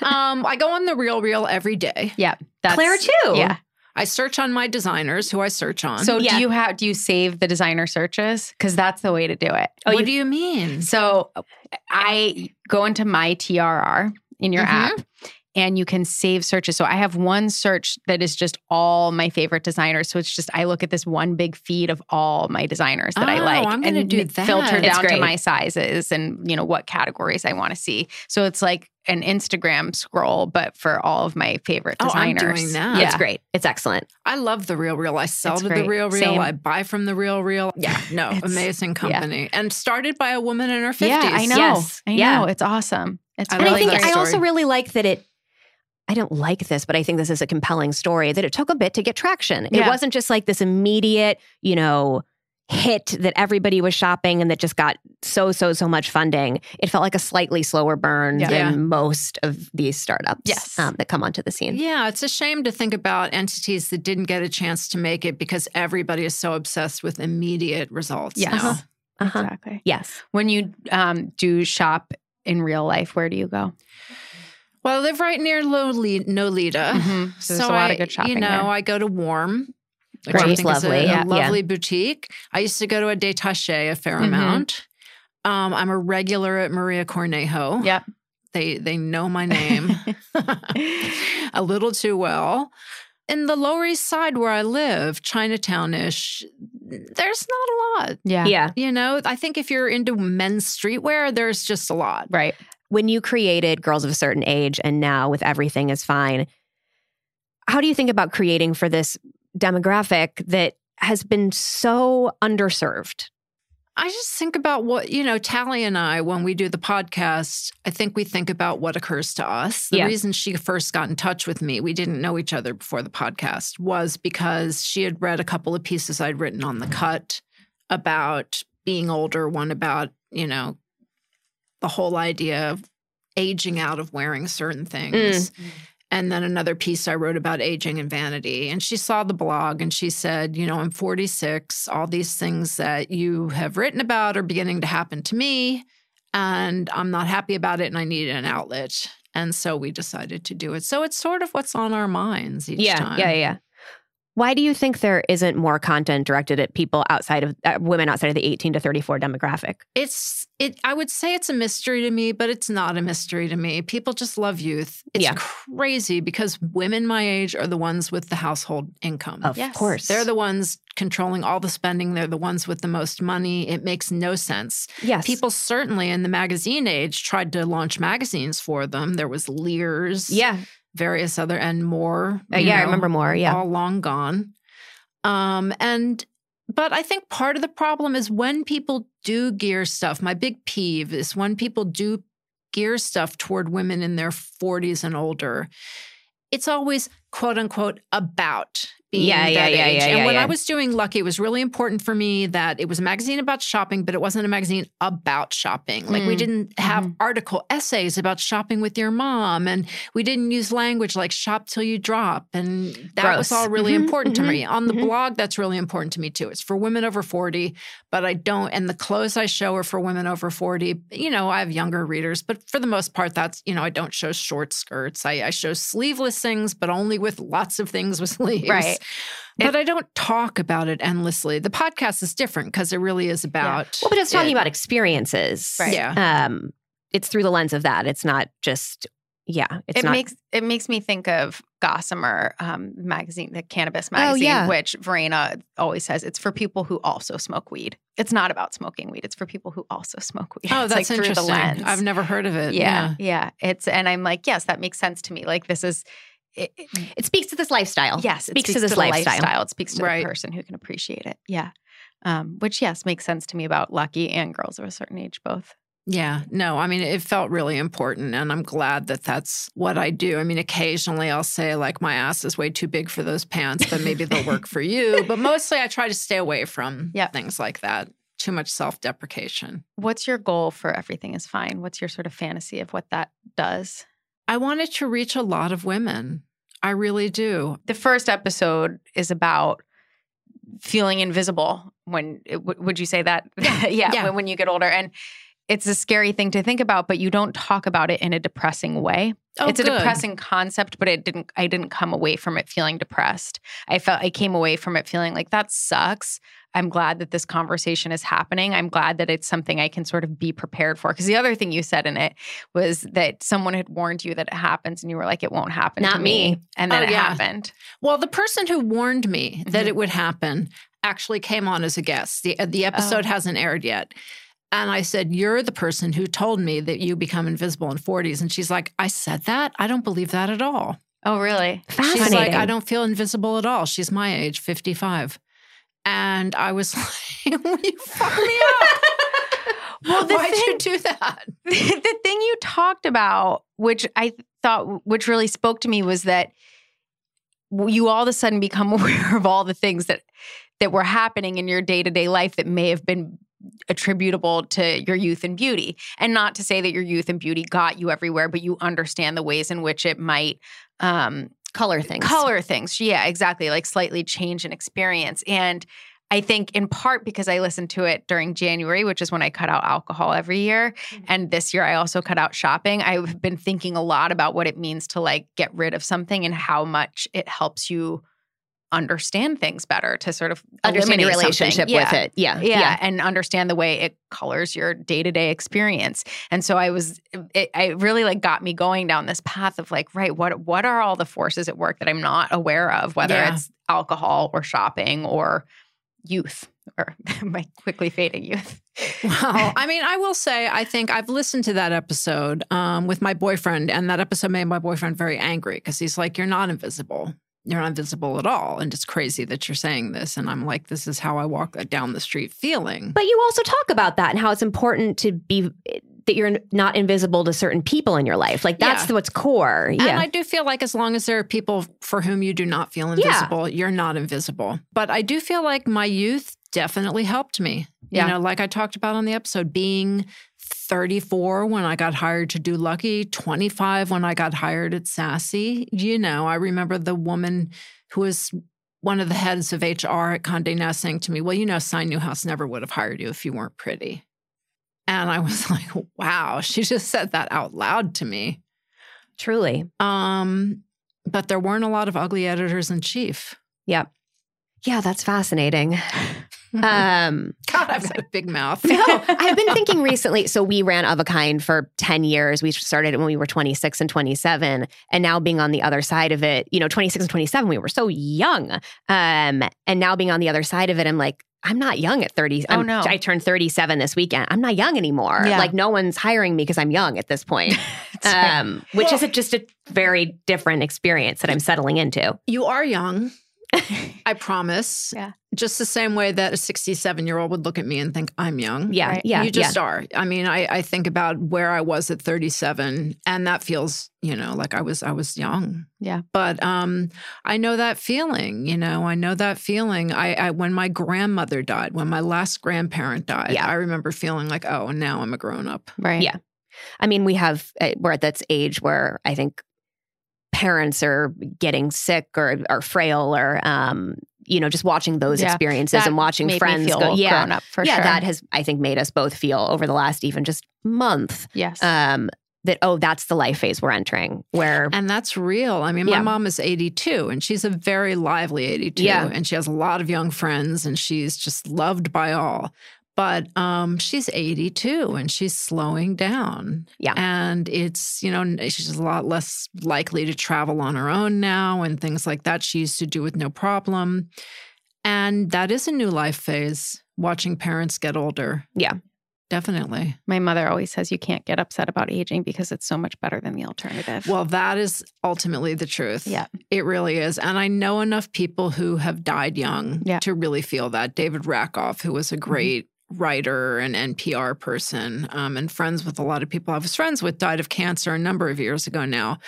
[SPEAKER 5] Um, I go on the Real Real every day.
[SPEAKER 3] That's,
[SPEAKER 4] Claire too.
[SPEAKER 3] Yeah.
[SPEAKER 5] I search on my designers, who I search on.
[SPEAKER 3] So
[SPEAKER 4] Yeah.
[SPEAKER 3] do you have do you save the designer searches? Because that's the way to do it.
[SPEAKER 4] Oh,
[SPEAKER 5] what
[SPEAKER 4] you-
[SPEAKER 5] do you mean?
[SPEAKER 3] So I go into my TRR in your
[SPEAKER 5] Mhm.
[SPEAKER 3] app and you can save searches. So I have one search that is just all my favorite designers. So it's just I look at this one big feed of all my designers that I
[SPEAKER 5] Oh,
[SPEAKER 3] like
[SPEAKER 5] I'm gonna
[SPEAKER 3] and
[SPEAKER 5] do
[SPEAKER 3] n- filter
[SPEAKER 5] that.
[SPEAKER 4] It's
[SPEAKER 3] down to
[SPEAKER 4] great.
[SPEAKER 3] my sizes and you know what categories I want to see. So it's like an Instagram scroll but for all of my favorite
[SPEAKER 5] Oh, I'm
[SPEAKER 3] designers.
[SPEAKER 5] doing that.
[SPEAKER 4] It's
[SPEAKER 3] Yeah.
[SPEAKER 4] great. It's excellent.
[SPEAKER 5] I love the Real Real. I sell
[SPEAKER 3] It's
[SPEAKER 5] to
[SPEAKER 3] great.
[SPEAKER 5] the Real Real.
[SPEAKER 3] Same.
[SPEAKER 5] I buy from the Real Real. Yeah, no,
[SPEAKER 3] It's-
[SPEAKER 5] amazing company, and started by a woman in her fifties.
[SPEAKER 3] Yeah, I know.
[SPEAKER 4] Yes.
[SPEAKER 3] I know.
[SPEAKER 4] Yeah.
[SPEAKER 3] It's awesome. It's
[SPEAKER 5] I
[SPEAKER 4] And I,
[SPEAKER 5] love
[SPEAKER 3] really
[SPEAKER 4] think
[SPEAKER 5] that
[SPEAKER 3] great.
[SPEAKER 4] I also
[SPEAKER 5] story.
[SPEAKER 4] really like that it. I don't like this, but I think this is a compelling story that it took a bit to get traction. It
[SPEAKER 3] Yeah.
[SPEAKER 4] wasn't just like this immediate, you know, hit that everybody was shopping and that just got so so so much funding. It felt like a slightly slower burn
[SPEAKER 3] Yeah.
[SPEAKER 4] than
[SPEAKER 5] Yeah.
[SPEAKER 4] most of these startups
[SPEAKER 3] Yes.
[SPEAKER 4] um, that come onto the scene.
[SPEAKER 5] Yeah, it's a shame to think about entities that didn't get a chance to make it because everybody is so obsessed with immediate results.
[SPEAKER 3] Yes.
[SPEAKER 5] now.
[SPEAKER 3] Uh-huh.
[SPEAKER 4] Uh-huh.
[SPEAKER 3] Exactly.
[SPEAKER 4] Yes.
[SPEAKER 3] When you um, do shop in real life, where do you go?
[SPEAKER 5] Well, I live right near Loli- Nolita.
[SPEAKER 3] Mhm. So there's a lot
[SPEAKER 5] I,
[SPEAKER 3] of good shopping
[SPEAKER 5] You know,
[SPEAKER 3] there.
[SPEAKER 5] I go to Warm, which
[SPEAKER 4] Warm's
[SPEAKER 5] I think is a-
[SPEAKER 4] lovely.
[SPEAKER 5] a,
[SPEAKER 4] Yeah, yeah.
[SPEAKER 5] lovely boutique. I used to go to a détaché a fair
[SPEAKER 3] Mhm.
[SPEAKER 5] amount. Um, I'm a regular at Maria Cornejo.
[SPEAKER 3] Yep.
[SPEAKER 5] They they know my name a little too well. In the Lower East Side where I live, Chinatownish, there's not a lot.
[SPEAKER 3] Yeah.
[SPEAKER 4] Yeah.
[SPEAKER 5] You know, I think if you're into men's streetwear, there's just a lot.
[SPEAKER 3] Right.
[SPEAKER 4] When you created Girls of a Certain Age and now with Everything is Fine, how do you think about creating for this demographic that has been so underserved?
[SPEAKER 5] I just think about what, you know, Tally and I, when we do the podcast, I think we think about what occurs to us. The
[SPEAKER 4] Yeah.
[SPEAKER 5] reason she first got in touch with me, we didn't know each other before the podcast, was because she had read a couple of pieces I'd written on The Cut about being older, one about, you know, the whole idea of aging out of wearing certain
[SPEAKER 4] Mm.
[SPEAKER 5] things. And then another piece I wrote about aging and vanity. And she saw the blog and she said, You know, I'm 46. All these things that you have written about are beginning to happen to me. And I'm not happy about it. And I need an outlet. And so we decided to do it. So it's sort of what's on our minds each
[SPEAKER 4] yeah,
[SPEAKER 5] time.
[SPEAKER 4] Yeah, yeah. Why do you think there isn't more content directed at people outside of uh, women outside of the 18 to 34 demographic?
[SPEAKER 5] It's it I would say it's a mystery to me, but it's not a mystery to me. People just love youth. It's
[SPEAKER 4] Yeah.
[SPEAKER 5] crazy because women my age are the ones with the household income.
[SPEAKER 4] Of
[SPEAKER 3] Yes.
[SPEAKER 4] course.
[SPEAKER 5] They're the ones controlling all the spending. They're the ones with the most money. It makes no sense.
[SPEAKER 4] yes.
[SPEAKER 5] People certainly in the magazine age tried to launch magazines for them. There was Lears,
[SPEAKER 4] Yeah.
[SPEAKER 5] various other and more.
[SPEAKER 4] Uh,
[SPEAKER 5] you
[SPEAKER 4] yeah, I
[SPEAKER 5] know,
[SPEAKER 4] remember more. Yeah.
[SPEAKER 5] all long gone. Um, and but I think part of the problem is when people do gear stuff. My big peeve is when people do gear stuff toward women in their 40s and older. It's always quote unquote about being
[SPEAKER 4] Yeah,
[SPEAKER 5] that
[SPEAKER 4] yeah,
[SPEAKER 5] age.
[SPEAKER 4] yeah, yeah,
[SPEAKER 5] and
[SPEAKER 4] yeah,
[SPEAKER 5] when
[SPEAKER 4] yeah.
[SPEAKER 5] I was doing Lucky, it was really important for me that it was a magazine about shopping, but it wasn't a magazine about shopping. Like we
[SPEAKER 3] Mm.
[SPEAKER 5] didn't have
[SPEAKER 4] mm-hmm.
[SPEAKER 5] article essays about shopping with your mom, and we didn't use language like shop till you drop. And that was
[SPEAKER 4] Gross.
[SPEAKER 5] all really
[SPEAKER 4] Mhm,
[SPEAKER 5] important
[SPEAKER 4] mhm,
[SPEAKER 5] to me. On the
[SPEAKER 4] mhm.
[SPEAKER 5] blog, that's really important to me too. It's for women over 40, but I don't, and the clothes I show are for women over 40. You know, I have younger readers, but for the most part, that's, you know, I don't show short skirts. I, I show sleeveless things, but only with lots of things with sleeves.
[SPEAKER 3] Right.
[SPEAKER 5] But I don't talk about it endlessly. The podcast is different because it really is about.
[SPEAKER 4] Well, but it's talking
[SPEAKER 5] it.
[SPEAKER 4] about experiences.
[SPEAKER 3] Right.
[SPEAKER 5] Yeah.
[SPEAKER 4] Um, it's through the lens of that. It's not just, yeah. It's
[SPEAKER 3] it
[SPEAKER 4] not,
[SPEAKER 3] makes it makes me think of Gossamer um, magazine, the cannabis magazine,
[SPEAKER 4] yeah.
[SPEAKER 3] which Verena always says it's for people who also smoke weed. It's not about smoking weed. It's for people who also smoke weed.
[SPEAKER 5] Oh,
[SPEAKER 3] It's,
[SPEAKER 5] that's
[SPEAKER 3] like through
[SPEAKER 5] interesting.
[SPEAKER 3] the lens.
[SPEAKER 5] I've never heard of it.
[SPEAKER 3] yeah, yeah. It's and I'm like, yes, that makes sense to me. Like this is it, it-
[SPEAKER 4] It speaks to this lifestyle.
[SPEAKER 3] yes, it
[SPEAKER 4] Speaks to this
[SPEAKER 3] the
[SPEAKER 4] lifestyle.
[SPEAKER 3] It speaks to
[SPEAKER 5] Right.
[SPEAKER 3] the person who can appreciate it. Yeah. Um, which yes makes sense to me about Lucky and girls of a certain age both.
[SPEAKER 5] Yeah, no, I mean, it felt really important. And I'm glad that that's what I do. I mean, occasionally I'll say, like, my ass is way too big for those pants, but maybe they'll work for you. But mostly I try to stay away from
[SPEAKER 3] Yep.
[SPEAKER 5] things like that. Too much self deprecation.
[SPEAKER 3] What's your goal for everything is fine? What's your sort of fantasy of what that does?
[SPEAKER 5] I wanted to reach a lot of women. I really do.
[SPEAKER 3] the first episode is about feeling invisible when w- would you say that yeah,
[SPEAKER 5] Yeah.
[SPEAKER 3] When, when you get older and it's a scary thing to think about but you don't talk about it in a depressing way
[SPEAKER 5] Oh,
[SPEAKER 3] it's a
[SPEAKER 5] good.
[SPEAKER 3] depressing concept but it didn't i didn't come away from it feeling depressed i felt i came away from it feeling like that sucks i'm glad that this conversation is happening i'm glad that it's something i can sort of be prepared for because the other thing you said in it was that someone had warned you that it happens and you were like it won't happen to
[SPEAKER 4] Not me.
[SPEAKER 3] and then
[SPEAKER 5] Oh,
[SPEAKER 3] it
[SPEAKER 5] yeah.
[SPEAKER 3] happened
[SPEAKER 5] Well, the person who warned me that
[SPEAKER 3] Mhm.
[SPEAKER 5] it would happen actually came on as a guest. The, uh, the episode
[SPEAKER 3] Oh.
[SPEAKER 5] hasn't aired yet. And I said, You're the person who told me that you become invisible in 40s. And she's like, I said that? I don't believe that at all.
[SPEAKER 3] Oh, really?
[SPEAKER 4] Fascinating.
[SPEAKER 5] She's like, I don't feel invisible at all. She's my age, 55. And I was like, "Will You fuck me up.
[SPEAKER 3] Well, the
[SPEAKER 5] Why'd
[SPEAKER 3] thing-
[SPEAKER 5] you do that?
[SPEAKER 3] the thing you talked about, which I thought, which really spoke to me, was that you all of a sudden become aware of all the things that that were happening in your day to day life that may have been attributable to your youth and beauty. And not to say that your youth and beauty got you everywhere, but you understand the ways in which it might um,
[SPEAKER 4] color things.
[SPEAKER 3] Color things. Yeah, exactly. Like slightly change in experience. And I think in part because I listened to it during January, which is when I cut out alcohol every year.
[SPEAKER 4] Mm-hmm.
[SPEAKER 3] And this year I also cut out shopping. I've been thinking a lot about what it means to like get rid of something and how much it helps you understand things better to sort of
[SPEAKER 4] Understand your
[SPEAKER 3] eliminate something.
[SPEAKER 4] relationship
[SPEAKER 3] Yeah
[SPEAKER 4] with it. Yeah.
[SPEAKER 3] yeah, and understand the way it colors your day-to-day experience and so i was it, it really like got me going down this path of like right what what are all the forces at work that i'm not aware of whether
[SPEAKER 5] Yeah.
[SPEAKER 3] it's alcohol or shopping or youth or my quickly fading youth
[SPEAKER 5] Well, I mean, I will say, I think I've listened to that episode um, with my boyfriend, and that episode made my boyfriend very angry because he's like, You're not invisible. You're not invisible at all. And it's crazy that you're saying this. And I'm like, This is how I walk uh, down the street feeling.
[SPEAKER 4] But you also talk about that and how it's important to be that you're not invisible to certain people in your life. Like that's
[SPEAKER 5] Yeah.
[SPEAKER 4] the- what's core.
[SPEAKER 5] and
[SPEAKER 4] Yeah.
[SPEAKER 5] I do feel like as long as there are people for whom you do not feel
[SPEAKER 4] Yeah.
[SPEAKER 5] invisible, you're not invisible. But I do feel like my youth definitely helped me.
[SPEAKER 3] Yeah.
[SPEAKER 5] You know, like I talked about on the episode, being 34 when I got hired to do Lucky, 25 when I got hired at Sassy. You know, I remember the woman who was one of the heads of HR at Condé Nast saying to me, Well, you know, Sign Newhouse never would have hired you if you weren't pretty. And I was like, wow, she just said that out loud to me.
[SPEAKER 4] Truly.
[SPEAKER 5] Um, but there weren't a lot of ugly editors in chief.
[SPEAKER 4] Yep. Yeah, that's fascinating. Um
[SPEAKER 5] God, I've got a big mouth.
[SPEAKER 4] no, I've been thinking recently. So we ran of a kind for 10 years. We started when we were 26 and 27. And now being on the other side of it, you know, 26 and 27, we were so young. Um, and now being on the other side of it, I'm like, I'm not young at 30.
[SPEAKER 3] Oh,
[SPEAKER 4] I'm-
[SPEAKER 3] no.
[SPEAKER 4] I turned 37 this weekend. I'm not young anymore.
[SPEAKER 3] Yeah.
[SPEAKER 4] Like no one's hiring me because I'm young at this point. um, which is a, just a very different experience that I'm settling into.
[SPEAKER 5] You are young. I promise.
[SPEAKER 3] Yeah.
[SPEAKER 5] Just the same way that a 67 year old would look at me and think I'm young.
[SPEAKER 4] Yeah.
[SPEAKER 3] Right.
[SPEAKER 4] Yeah.
[SPEAKER 5] you just are. I mean, I, I think about where I was at 37, and that feels, you know, like I was I was young.
[SPEAKER 3] Yeah.
[SPEAKER 5] But um, I know that feeling. You know, I know that feeling. I, I when my grandmother died, when my last grandparent died,
[SPEAKER 4] Yeah.
[SPEAKER 5] I remember feeling like, oh, now I'm a grown up.
[SPEAKER 3] right
[SPEAKER 4] Yeah. I mean, we have uh, we're at that age where I think parents are getting sick or are frail or um, you know, just watching those
[SPEAKER 3] Yeah.
[SPEAKER 4] experiences and watching friends go. Yeah,
[SPEAKER 3] grown up for
[SPEAKER 4] yeah,
[SPEAKER 3] sure
[SPEAKER 4] that has I think made us both feel over the last even just month
[SPEAKER 3] yes
[SPEAKER 4] um, that oh, that's the life phase we're entering where
[SPEAKER 5] And that's real. I mean,
[SPEAKER 4] Yeah.
[SPEAKER 5] my mom is 82 and she's a very lively 82
[SPEAKER 4] Yeah.
[SPEAKER 5] and she has a lot of young friends and she's just loved by all. But um, she's 82 and she's slowing down.
[SPEAKER 4] Yeah.
[SPEAKER 5] And it's, you know, n- she's a lot less likely to travel on her own now and things like that she used to do with no problem. And that is a new life phase, watching parents get older.
[SPEAKER 4] Yeah.
[SPEAKER 5] definitely.
[SPEAKER 3] My mother always says you can't get upset about aging because it's so much better than the alternative.
[SPEAKER 5] Well, that is ultimately the truth.
[SPEAKER 3] Yeah.
[SPEAKER 5] It really is. And I know enough people who have died young
[SPEAKER 3] Yeah. Mm-hmm.
[SPEAKER 5] to really feel that. David Rakoff, who was a great writer and NPR person um, and friends with a lot of people I was friends with, died of cancer a number of years ago now.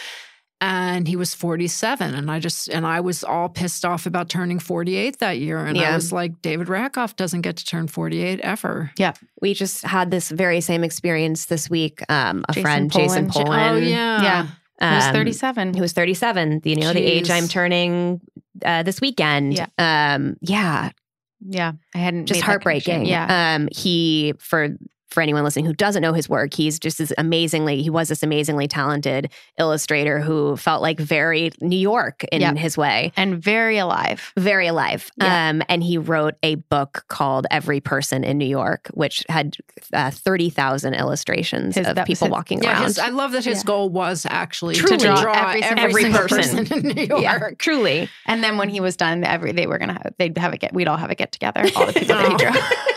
[SPEAKER 5] And he was 47. And I just, and I was all pissed off about turning 48 that year. And I
[SPEAKER 4] Yeah.
[SPEAKER 5] was like, David Rakoff doesn't get to turn 48 ever.
[SPEAKER 4] We just had this very same experience this week. Um, a
[SPEAKER 3] Jason uh,
[SPEAKER 4] friend, Jason
[SPEAKER 3] Polan.
[SPEAKER 4] Polan.
[SPEAKER 5] oh, yeah.
[SPEAKER 3] yeah. He was
[SPEAKER 4] um,
[SPEAKER 3] 37.
[SPEAKER 4] who was 37, you know, the age
[SPEAKER 5] Jeez.
[SPEAKER 4] I'm turning uh, this weekend.
[SPEAKER 3] Yeah.
[SPEAKER 4] Um, yeah,
[SPEAKER 3] yeah, I hadn't
[SPEAKER 4] just
[SPEAKER 3] made that
[SPEAKER 4] heartbreaking.
[SPEAKER 3] connection. Yeah,
[SPEAKER 4] Um, he, for, for anyone listening who doesn't know his work, he's just this amazingly, he was this amazingly talented illustrator who felt like very New York in
[SPEAKER 3] Yep.
[SPEAKER 4] his way.
[SPEAKER 3] and very alive.
[SPEAKER 4] Very alive.
[SPEAKER 3] Yeah.
[SPEAKER 4] Um, and he wrote a book called Every Person in New York, which had uh, 30,000 illustrations
[SPEAKER 3] His-
[SPEAKER 4] of
[SPEAKER 3] that was
[SPEAKER 4] people
[SPEAKER 3] his-
[SPEAKER 4] walking
[SPEAKER 5] Yeah,
[SPEAKER 4] around.
[SPEAKER 5] his, I love that his
[SPEAKER 3] Yeah.
[SPEAKER 5] goal was actually
[SPEAKER 4] Truly.
[SPEAKER 5] to draw,
[SPEAKER 3] Every
[SPEAKER 5] every,
[SPEAKER 3] single-
[SPEAKER 4] every
[SPEAKER 5] single
[SPEAKER 4] person.
[SPEAKER 5] person. in New York.
[SPEAKER 4] Yeah,
[SPEAKER 3] uh,
[SPEAKER 4] truly.
[SPEAKER 3] And then when he was done, every they were gonna have, they'd have a get. We'd all have a get together. All the people that
[SPEAKER 4] Oh.
[SPEAKER 3] he drew.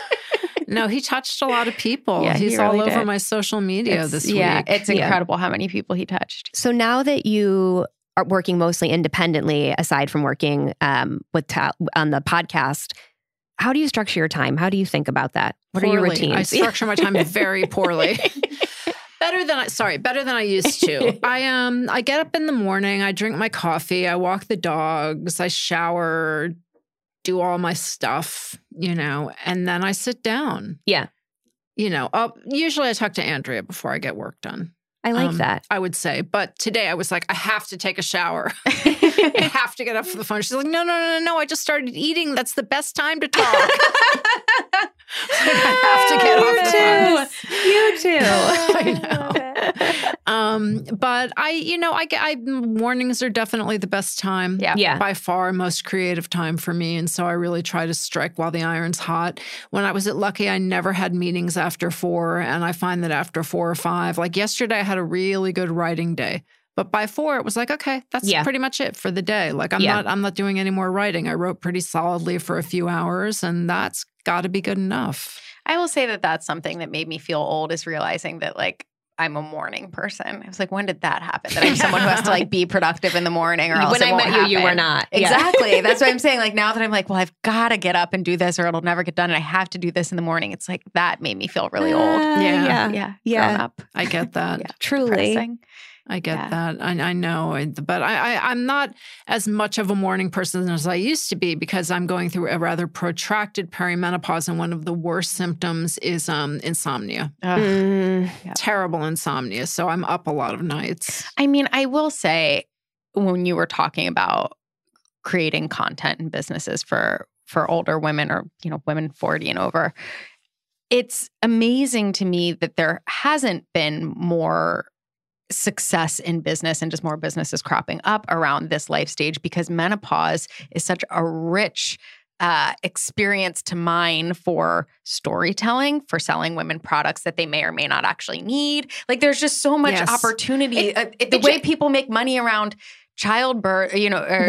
[SPEAKER 5] No, he touched a lot of people.
[SPEAKER 3] Yeah, he
[SPEAKER 5] He's all
[SPEAKER 3] really
[SPEAKER 5] over
[SPEAKER 3] did.
[SPEAKER 5] my social media
[SPEAKER 3] It's-
[SPEAKER 5] this
[SPEAKER 3] yeah,
[SPEAKER 5] week.
[SPEAKER 3] it's
[SPEAKER 4] Yeah.
[SPEAKER 3] incredible how many people he touched.
[SPEAKER 4] So now that you are working mostly independently, aside from working um, with ta- on the podcast, how do you structure your time? How do you think about that? What are your
[SPEAKER 5] Poorly. I
[SPEAKER 4] routines?
[SPEAKER 5] structure my time very poorly. better than I sorry, better than I used to. I um I get up in the morning, I drink my coffee, I walk the dogs, I shower, do all my stuff, you know, and then I sit down.
[SPEAKER 4] Yeah.
[SPEAKER 5] You know, I'll, usually I talk to Andrea before I get work done.
[SPEAKER 4] I like
[SPEAKER 5] um,
[SPEAKER 4] that.
[SPEAKER 5] I would say. But today I was like, I have to take a shower. I have to get up for the phone. She's like, no, no, no, no, no. I just started eating. That's the best time to talk. I have to
[SPEAKER 4] You
[SPEAKER 5] get off the phone.
[SPEAKER 4] too.
[SPEAKER 5] I know. Um, but I, you know, I, I mornings are definitely the best time.
[SPEAKER 3] Yeah.
[SPEAKER 4] Yeah.
[SPEAKER 5] By far, most creative time for me, and so I really try to strike while the iron's hot. When I was at Lucky, I never had meetings after four, and I find that after four or five, like yesterday, I had a really good writing day. But by four, it was like, okay, that's
[SPEAKER 4] Yeah.
[SPEAKER 5] pretty much it for the day. Like I'm
[SPEAKER 4] Yeah.
[SPEAKER 5] not, I'm not doing any more writing. I wrote pretty solidly for a few hours, and that's got to be good enough.
[SPEAKER 3] I will say that that's something that made me feel old is realizing that like I'm a morning person. I was like, when did that happen? That I'm someone who has to like be productive in the morning or else
[SPEAKER 4] when
[SPEAKER 3] it
[SPEAKER 4] I
[SPEAKER 3] won't
[SPEAKER 4] met you, you
[SPEAKER 3] happen.
[SPEAKER 4] were not. Yeah.
[SPEAKER 3] Exactly. That's what I'm saying. Like now that I'm like, well, I've got to get up and do this or it'll never get done. And I have to do this in the morning. It's like that made me feel really old.
[SPEAKER 4] Ah,
[SPEAKER 5] Yeah.
[SPEAKER 4] yeah.
[SPEAKER 3] yeah.
[SPEAKER 4] yeah.
[SPEAKER 3] Grown up.
[SPEAKER 5] I get that.
[SPEAKER 3] Yeah.
[SPEAKER 4] Truly.
[SPEAKER 3] Depressing.
[SPEAKER 5] I get
[SPEAKER 3] Yeah.
[SPEAKER 5] that. I, I know, I- but I, I, I'm not as much of a morning person as I used to be because I'm going through a rather protracted perimenopause, and one of the worst symptoms is um, insomnia,
[SPEAKER 3] Ugh.
[SPEAKER 4] Mm,
[SPEAKER 5] terrible insomnia. So I'm up a lot of nights.
[SPEAKER 3] I mean, I will say when you were talking about creating content and businesses for for older women or you know women 40 and over it's amazing to me that there hasn't been more success in business and just more businesses cropping up around this life stage because menopause is such a rich uh, experience to mine for storytelling, for selling women products that they may or may not actually need. Like there's just so much
[SPEAKER 5] Yes.
[SPEAKER 3] opportunity.
[SPEAKER 4] It-
[SPEAKER 3] Uh, it- the
[SPEAKER 4] it
[SPEAKER 3] way
[SPEAKER 4] ju-
[SPEAKER 3] people make money around childbirth, you know, or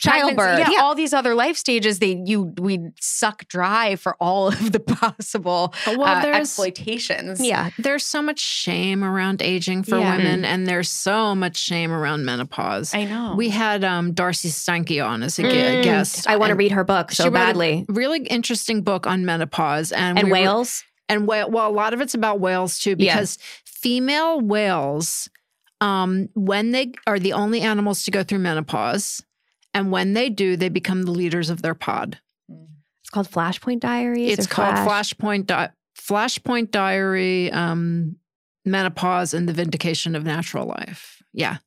[SPEAKER 3] pregnancy,
[SPEAKER 4] childbirth.
[SPEAKER 3] yeah,
[SPEAKER 4] Yeah.
[SPEAKER 3] all these other life stages. They you we suck dry for all of the possible uh, exploitations.
[SPEAKER 4] yeah.
[SPEAKER 5] there's so much shame around aging for
[SPEAKER 3] Yeah.
[SPEAKER 5] women, and there's so much shame around menopause.
[SPEAKER 3] I know.
[SPEAKER 5] We had um, Darcy Steinke on as a gu-
[SPEAKER 4] Mm.
[SPEAKER 5] guest.
[SPEAKER 4] I want to
[SPEAKER 5] and
[SPEAKER 4] read her book
[SPEAKER 5] she
[SPEAKER 4] so
[SPEAKER 5] wrote a
[SPEAKER 4] badly.
[SPEAKER 5] Really interesting book on menopause and,
[SPEAKER 4] And
[SPEAKER 5] we were-
[SPEAKER 4] whales.
[SPEAKER 5] and whale, well, a lot of it's about whales too,
[SPEAKER 4] Yeah.
[SPEAKER 5] because female whales, um, when they are the only animals to go through menopause, and when they do, they become the leaders of their pod.
[SPEAKER 4] It's called Flashpoint Diaries.
[SPEAKER 5] it's
[SPEAKER 4] or
[SPEAKER 5] called
[SPEAKER 4] Flash.
[SPEAKER 5] Flashpoint Di- Flashpoint Diary, um, menopause and the vindication of natural life. Yeah,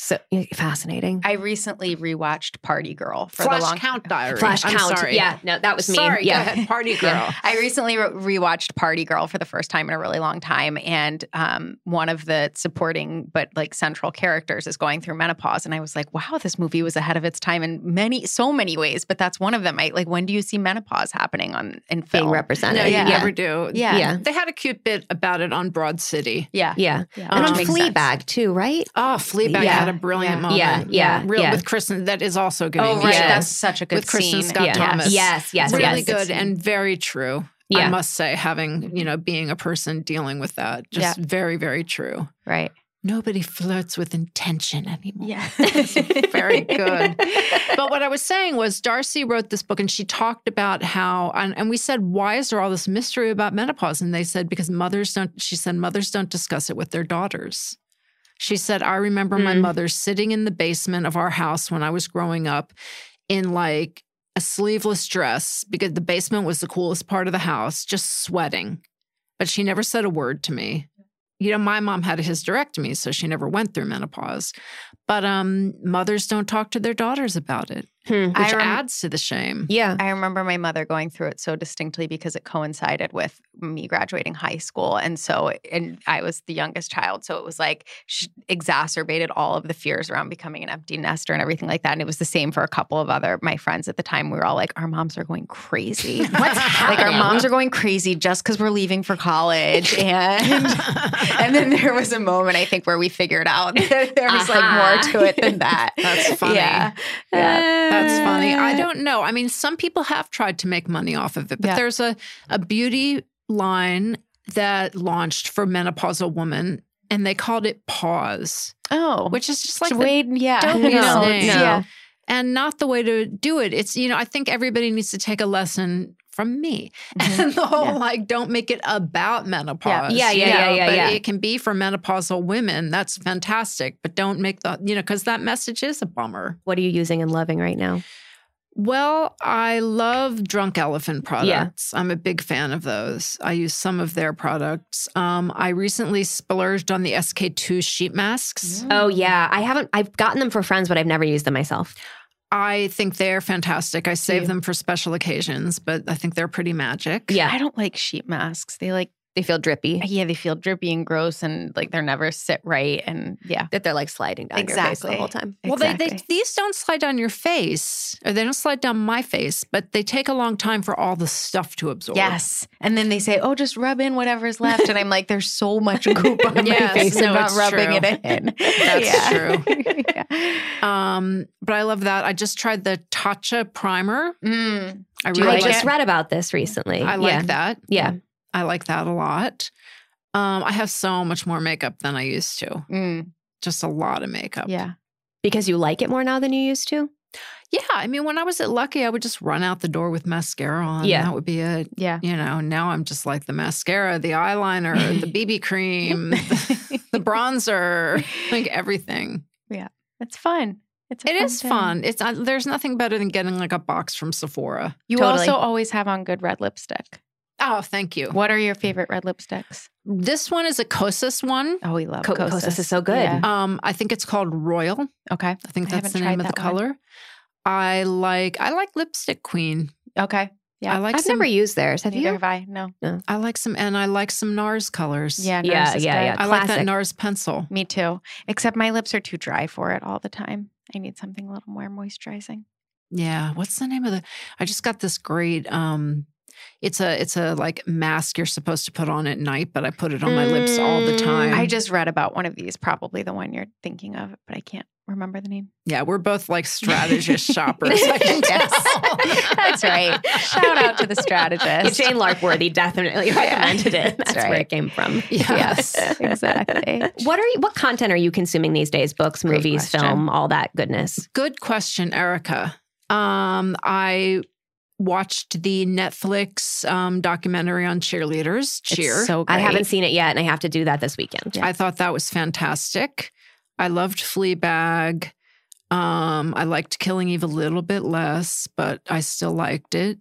[SPEAKER 4] So fascinating.
[SPEAKER 3] I recently rewatched Party Girl for
[SPEAKER 5] Flash
[SPEAKER 3] the long
[SPEAKER 5] Count Diary.
[SPEAKER 4] Flash
[SPEAKER 5] I'm
[SPEAKER 4] count.
[SPEAKER 5] Sorry.
[SPEAKER 4] Yeah, no, that was me.
[SPEAKER 5] Sorry,
[SPEAKER 4] yeah.
[SPEAKER 5] go ahead. Party girl.
[SPEAKER 4] Yeah.
[SPEAKER 3] I recently re- rewatched Party Girl for the first time in a really long time, and um, one of the supporting but like central characters is going through menopause, and I was like, "Wow, this movie was ahead of its time in many, so many ways." But that's one of them. I like, when do you see menopause happening on in film?
[SPEAKER 4] Being represented.
[SPEAKER 5] No,
[SPEAKER 3] Yeah.
[SPEAKER 5] you
[SPEAKER 4] yeah.
[SPEAKER 5] never do.
[SPEAKER 3] Yeah.
[SPEAKER 4] Yeah.
[SPEAKER 5] They had a cute bit about it on Broad City.
[SPEAKER 3] yeah,
[SPEAKER 4] Yeah.
[SPEAKER 3] Yeah.
[SPEAKER 4] And
[SPEAKER 5] Which
[SPEAKER 4] on
[SPEAKER 5] makes
[SPEAKER 4] Fleabag
[SPEAKER 3] sense.
[SPEAKER 4] too, right?
[SPEAKER 5] Oh, Fleabag
[SPEAKER 4] Yeah.
[SPEAKER 5] had a brilliant
[SPEAKER 3] Yeah.
[SPEAKER 5] moment.
[SPEAKER 4] Yeah, yeah,
[SPEAKER 5] Real
[SPEAKER 4] yeah.
[SPEAKER 5] with Kristen. That is also good.
[SPEAKER 3] Oh, right,
[SPEAKER 4] Yeah.
[SPEAKER 3] that's such a good
[SPEAKER 5] With Kristen
[SPEAKER 3] scene.
[SPEAKER 5] Scott
[SPEAKER 4] yeah.
[SPEAKER 5] Thomas.
[SPEAKER 4] Yes, yes,
[SPEAKER 5] really
[SPEAKER 4] yes.
[SPEAKER 5] good and very true.
[SPEAKER 3] Yeah.
[SPEAKER 5] I must say, having, you know, being a person dealing with that, just very, very true.
[SPEAKER 3] Right.
[SPEAKER 5] Nobody flirts with intention anymore.
[SPEAKER 3] Yeah.
[SPEAKER 5] Very good. But what I was saying was, Darcy wrote this book and she talked about how, and, and we said, why is there all this mystery about menopause? And they said, because mothers don't, she said, mothers don't discuss it with their daughters. She said, I remember my
[SPEAKER 3] Mm.
[SPEAKER 5] mother sitting in the basement of our house when I was growing up in like a sleeveless dress because the basement was the coolest part of the house, just sweating. But she never said a word to me. You know, my mom had a hysterectomy, so she never went through menopause. But um, mothers don't talk to their daughters about it,
[SPEAKER 4] Hmm.
[SPEAKER 5] which
[SPEAKER 3] I rem-
[SPEAKER 5] adds to the shame.
[SPEAKER 4] Yeah.
[SPEAKER 3] I remember my mother going through it so distinctly because it coincided with me graduating high school. And so, and I was the youngest child. So it was like she exacerbated all of the fears around becoming an empty nester and everything like that. And it was the same for a couple of other my friends at the time. We were all like, our moms are going crazy. like, our
[SPEAKER 5] happening?
[SPEAKER 3] moms are going crazy just because we're leaving for college. And, and then there was a moment, I think, where we figured out that there was like
[SPEAKER 4] Uh-huh.
[SPEAKER 3] more to it than that.
[SPEAKER 5] That's funny.
[SPEAKER 3] Yeah.
[SPEAKER 5] Yeah, that's funny. I
[SPEAKER 4] Eh.
[SPEAKER 3] Uh,
[SPEAKER 5] don't know. I mean, some people have tried to make money off of it, but
[SPEAKER 3] Yeah.
[SPEAKER 5] there's a, a beauty line that launched for menopausal women, and they called it Pause,
[SPEAKER 3] Oh.
[SPEAKER 5] which is just like the
[SPEAKER 3] Wade, yeah.
[SPEAKER 5] dopiest
[SPEAKER 4] No,
[SPEAKER 5] name.
[SPEAKER 4] no. Yeah.
[SPEAKER 5] and not the way to do it. It's, you know, I think everybody needs to take a lesson from me.
[SPEAKER 3] Mhm.
[SPEAKER 5] And the whole
[SPEAKER 3] Yeah.
[SPEAKER 5] like, don't make it about menopause.
[SPEAKER 4] Mm-hmm. Yeah, yeah,
[SPEAKER 5] you
[SPEAKER 4] yeah,
[SPEAKER 5] know,
[SPEAKER 4] yeah,
[SPEAKER 5] But
[SPEAKER 4] yeah.
[SPEAKER 5] it can be for menopausal women. That's fantastic. But don't make the, you know, because that message is a bummer.
[SPEAKER 4] What are you using and loving right now?
[SPEAKER 5] Well, I love Drunk Elephant products. I'm a big fan of those. I use some of their products. Um, I recently splurged on the SK2 sheet masks.
[SPEAKER 4] Oh yeah, I haven't. I've gotten them for friends, but I've never used them myself.
[SPEAKER 5] I think they're fantastic. I save
[SPEAKER 3] you.
[SPEAKER 5] them for special occasions, but I think they're pretty magic.
[SPEAKER 4] Yeah.
[SPEAKER 3] I don't like sheet masks. They like
[SPEAKER 4] They feel drippy.
[SPEAKER 3] yeah, they feel drippy and gross and like they're never sit right and yeah.
[SPEAKER 4] That they're like sliding down your face the
[SPEAKER 3] Exactly.
[SPEAKER 4] whole time.
[SPEAKER 5] Well, they, they
[SPEAKER 3] Exactly.
[SPEAKER 5] these don't slide down your face, or they don't slide down my face, but they take a long time for all the stuff to absorb.
[SPEAKER 3] Yes. And then they say, "Oh, just rub in whatever's left." And I'm like, "There's so much goop on
[SPEAKER 5] Yes,
[SPEAKER 3] my face.
[SPEAKER 5] no,
[SPEAKER 3] I'm not
[SPEAKER 5] it's
[SPEAKER 3] rubbing
[SPEAKER 5] true.
[SPEAKER 3] it in."
[SPEAKER 5] That's
[SPEAKER 3] true.
[SPEAKER 5] Um, but I love that. I just tried the Tatcha primer.
[SPEAKER 3] Mm.
[SPEAKER 5] I
[SPEAKER 3] Do you
[SPEAKER 5] really
[SPEAKER 4] I
[SPEAKER 3] like
[SPEAKER 4] just
[SPEAKER 3] it?
[SPEAKER 4] read about this recently.
[SPEAKER 5] I like
[SPEAKER 4] yeah.
[SPEAKER 5] that.
[SPEAKER 4] Yeah.
[SPEAKER 5] I like that a lot. Um, I have so much more makeup than I used to.
[SPEAKER 3] Mm.
[SPEAKER 5] Just a lot of makeup.
[SPEAKER 3] Yeah.
[SPEAKER 4] because you like it more now than you used to.
[SPEAKER 5] Yeah. I mean, when I was at Lucky, I would just run out the door with mascara on.
[SPEAKER 4] Yeah.
[SPEAKER 5] That would be it.
[SPEAKER 3] Yeah.
[SPEAKER 5] You know, now I'm just like the mascara, the eyeliner, the BB cream, the, the bronzer, like everything.
[SPEAKER 3] It's fun. It's a
[SPEAKER 5] It is
[SPEAKER 3] time.
[SPEAKER 5] fun. It's uh, there's nothing better than getting like a box from Sephora.
[SPEAKER 3] You
[SPEAKER 4] Totally.
[SPEAKER 3] also always have on good red lipstick.
[SPEAKER 5] Oh, thank you.
[SPEAKER 3] What are your favorite red lipsticks?
[SPEAKER 5] This one is a Kosas one.
[SPEAKER 3] Oh, we love
[SPEAKER 4] Co-
[SPEAKER 3] Kosas.
[SPEAKER 4] Kosas is so good.
[SPEAKER 3] Yeah.
[SPEAKER 5] Um, I think it's called Royal.
[SPEAKER 3] Okay.
[SPEAKER 5] I think
[SPEAKER 3] I
[SPEAKER 5] that's
[SPEAKER 3] haven't
[SPEAKER 5] the
[SPEAKER 3] tried
[SPEAKER 5] name of the
[SPEAKER 3] that one.
[SPEAKER 5] color. I like I like Lipstick Queen.
[SPEAKER 3] Okay. Yeah.
[SPEAKER 5] I like
[SPEAKER 4] I've
[SPEAKER 5] some,
[SPEAKER 4] never used theirs. Have
[SPEAKER 3] Neither
[SPEAKER 4] you?
[SPEAKER 3] have I. No.
[SPEAKER 5] I like some and I like some NARS colors.
[SPEAKER 3] Yeah.
[SPEAKER 4] Yeah,
[SPEAKER 3] Nars is
[SPEAKER 4] yeah,
[SPEAKER 3] good.
[SPEAKER 4] yeah.
[SPEAKER 5] I like that
[SPEAKER 4] classic.
[SPEAKER 5] NARS pencil.
[SPEAKER 3] Me too. Except my lips are too dry for it all the time. I need something a little more moisturizing.
[SPEAKER 5] Yeah. What's the name of the I just got this great um it's a it's a like mask you're supposed to put on at night, but I put it on my lips all the
[SPEAKER 4] Mm.
[SPEAKER 5] time.
[SPEAKER 3] I just read about one of these, probably the one you're thinking of, but I can't remember the name.
[SPEAKER 5] yeah, we're both like strategist shoppers. I can
[SPEAKER 3] Yes.
[SPEAKER 5] tell.
[SPEAKER 3] That's right. Shout out to the strategist.
[SPEAKER 4] Jane Larkworthy definitely recommended it. That's,
[SPEAKER 3] That's
[SPEAKER 4] where
[SPEAKER 3] right.
[SPEAKER 4] it came from.
[SPEAKER 5] Yes.
[SPEAKER 3] exactly.
[SPEAKER 4] What are you, what content are you consuming these days? Books,
[SPEAKER 3] Great
[SPEAKER 4] movies,
[SPEAKER 3] question.
[SPEAKER 4] film, all that goodness.
[SPEAKER 5] Good question, Erica. Um, I watched the Netflix um, documentary on cheerleaders. Cheer.
[SPEAKER 3] It's so great.
[SPEAKER 4] I haven't seen it yet, and I have to do that this weekend.
[SPEAKER 5] I thought that was fantastic. I loved Fleabag. Um, I liked Killing Eve a little bit less, but I still liked it.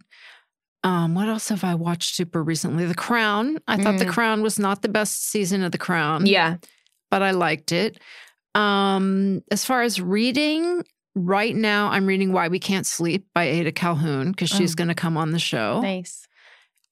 [SPEAKER 5] Um, what else have I watched super recently? The Crown. I thought The
[SPEAKER 3] Mm.
[SPEAKER 5] Crown was not the best season of The Crown.
[SPEAKER 4] Yeah.
[SPEAKER 5] but I liked it. Um, as far as reading, right now I'm reading Why We Can't Sleep by Ada Calhoun because she's
[SPEAKER 3] Oh.
[SPEAKER 5] going to come on the show.
[SPEAKER 3] Nice.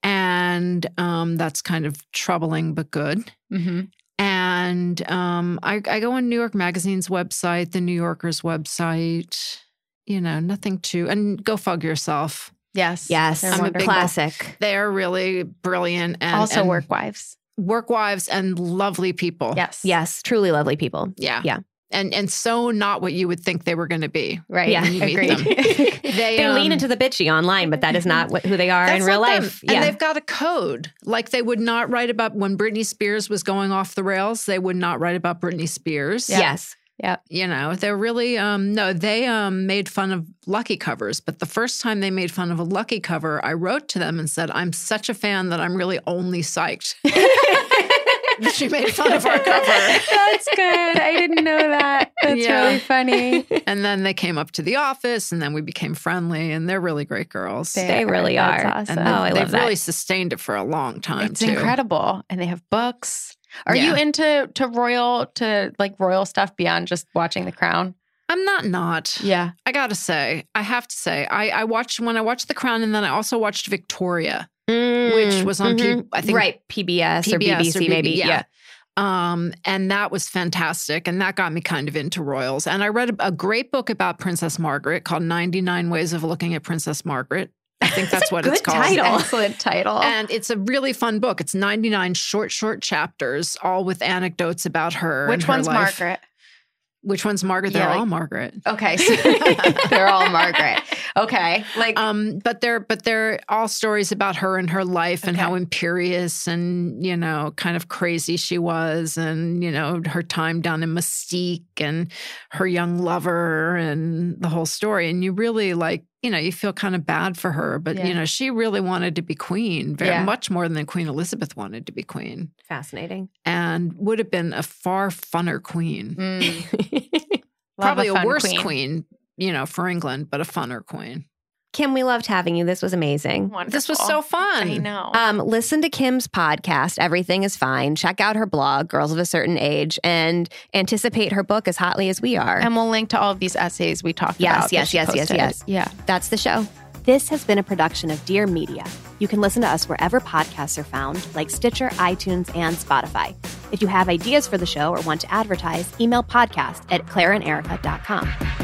[SPEAKER 5] And um, that's kind of troubling, but good.
[SPEAKER 3] Mm-hmm.
[SPEAKER 5] And um, I, I go on New York Magazine's website, the New Yorker's website, you know, nothing too, and go fug yourself.
[SPEAKER 3] Yes.
[SPEAKER 4] Yes.
[SPEAKER 3] They're
[SPEAKER 5] I'm a big
[SPEAKER 3] wonderful.
[SPEAKER 4] Classic.
[SPEAKER 5] They're really brilliant and
[SPEAKER 3] also,
[SPEAKER 5] and Oh,
[SPEAKER 3] work wives.
[SPEAKER 5] work wives and lovely people.
[SPEAKER 3] Yes.
[SPEAKER 4] Yes. Truly lovely people.
[SPEAKER 5] Yeah.
[SPEAKER 4] Yeah.
[SPEAKER 5] and and so not what you would think they were going to be.
[SPEAKER 3] Right.
[SPEAKER 4] Yeah,
[SPEAKER 5] when you meet
[SPEAKER 4] agreed.
[SPEAKER 5] them.
[SPEAKER 4] they
[SPEAKER 5] They,
[SPEAKER 4] lean
[SPEAKER 5] um,
[SPEAKER 4] into the bitchy online, but that is not what, who they are in
[SPEAKER 5] That's
[SPEAKER 4] real
[SPEAKER 5] not them.
[SPEAKER 4] life.
[SPEAKER 5] And
[SPEAKER 4] Yeah.
[SPEAKER 5] they've got a code. Like they would not write about when Britney Spears was going off the rails, they would not write about Britney Spears.
[SPEAKER 4] Yes.
[SPEAKER 5] You know, they're really um no, they um made fun of lucky covers, but the first time they made fun of a lucky cover, I wrote to them and said, I'm such a fan that I'm really only psyched. that she made fun of our cover.
[SPEAKER 6] That's good. I didn't know that. That's
[SPEAKER 5] Yeah.
[SPEAKER 6] really funny.
[SPEAKER 5] And then they came up to the office and then we became friendly and they're really great girls.
[SPEAKER 4] They really are.
[SPEAKER 3] That's
[SPEAKER 5] and
[SPEAKER 3] awesome.
[SPEAKER 5] they've,
[SPEAKER 4] Oh, I
[SPEAKER 5] they've
[SPEAKER 4] love that.
[SPEAKER 5] really sustained it for a long time
[SPEAKER 3] it's
[SPEAKER 5] too.
[SPEAKER 3] incredible. And they have books. Are you
[SPEAKER 5] Yeah.
[SPEAKER 3] into to royal to like royal stuff beyond just watching The Crown?
[SPEAKER 5] I'm not not.
[SPEAKER 3] Yeah.
[SPEAKER 5] I gotta say, I have to say, I, I watched when I watched The Crown, and then I also watched Victoria, which was on P I
[SPEAKER 4] Mhm.
[SPEAKER 5] I think
[SPEAKER 4] Mm-hmm. right PBS, or
[SPEAKER 5] PBS
[SPEAKER 4] BBC maybe.
[SPEAKER 5] BB,
[SPEAKER 4] yeah.
[SPEAKER 5] Um, and that was fantastic, and that got me kind of into royals. And I read a, a great book about Princess Margaret called "99 Ways of Looking at Princess Margaret." I think that's what it's
[SPEAKER 4] good
[SPEAKER 5] called.
[SPEAKER 4] title.
[SPEAKER 3] Excellent title.
[SPEAKER 5] And it's a really fun book. It's 99 short, short chapters, all with anecdotes about her. and
[SPEAKER 3] Which
[SPEAKER 5] her
[SPEAKER 3] one's
[SPEAKER 5] life.
[SPEAKER 3] Margaret?
[SPEAKER 5] Which one's Margaret? They're
[SPEAKER 3] Yeah, like- Oh.
[SPEAKER 5] all Margaret.
[SPEAKER 3] Okay. so- they're all Margaret. Okay. Like
[SPEAKER 5] um but they're but they're all stories about her and her life and
[SPEAKER 3] Okay.
[SPEAKER 5] how imperious and you know kind of crazy she was and you know her time down in mystique and her young lover and the whole story and you really like you know you feel kind of bad for her but
[SPEAKER 3] Yeah.
[SPEAKER 5] you know she really wanted to be queen very
[SPEAKER 3] Yeah.
[SPEAKER 5] much more than queen elizabeth wanted to be queen
[SPEAKER 4] Fascinating.
[SPEAKER 5] and would have been a far funner queen
[SPEAKER 3] mm, love
[SPEAKER 5] probably a,
[SPEAKER 3] fun
[SPEAKER 5] worse queen. you know for england but a funner queen
[SPEAKER 4] Kim, we loved having you. This was amazing.
[SPEAKER 5] this was so
[SPEAKER 3] Wonderful.
[SPEAKER 5] fun
[SPEAKER 3] I know.
[SPEAKER 4] Um, listen to Kim's podcast, Everything is Fine. Check out her blog, Girls of a Certain Age, and anticipate her book as hotly as we are.
[SPEAKER 3] and we'll link to all of these essays we talked
[SPEAKER 4] Yes,
[SPEAKER 3] about. that
[SPEAKER 4] yes,
[SPEAKER 3] she
[SPEAKER 4] yes, yes,
[SPEAKER 3] posted.
[SPEAKER 4] yes.
[SPEAKER 3] Yeah.
[SPEAKER 4] That's the show.
[SPEAKER 7] This has been a production of Dear Media. You can listen to us wherever podcasts are found, like Stitcher, iTunes, and Spotify. If you have ideas for the show or want to advertise, email podcast at claireanderica.com.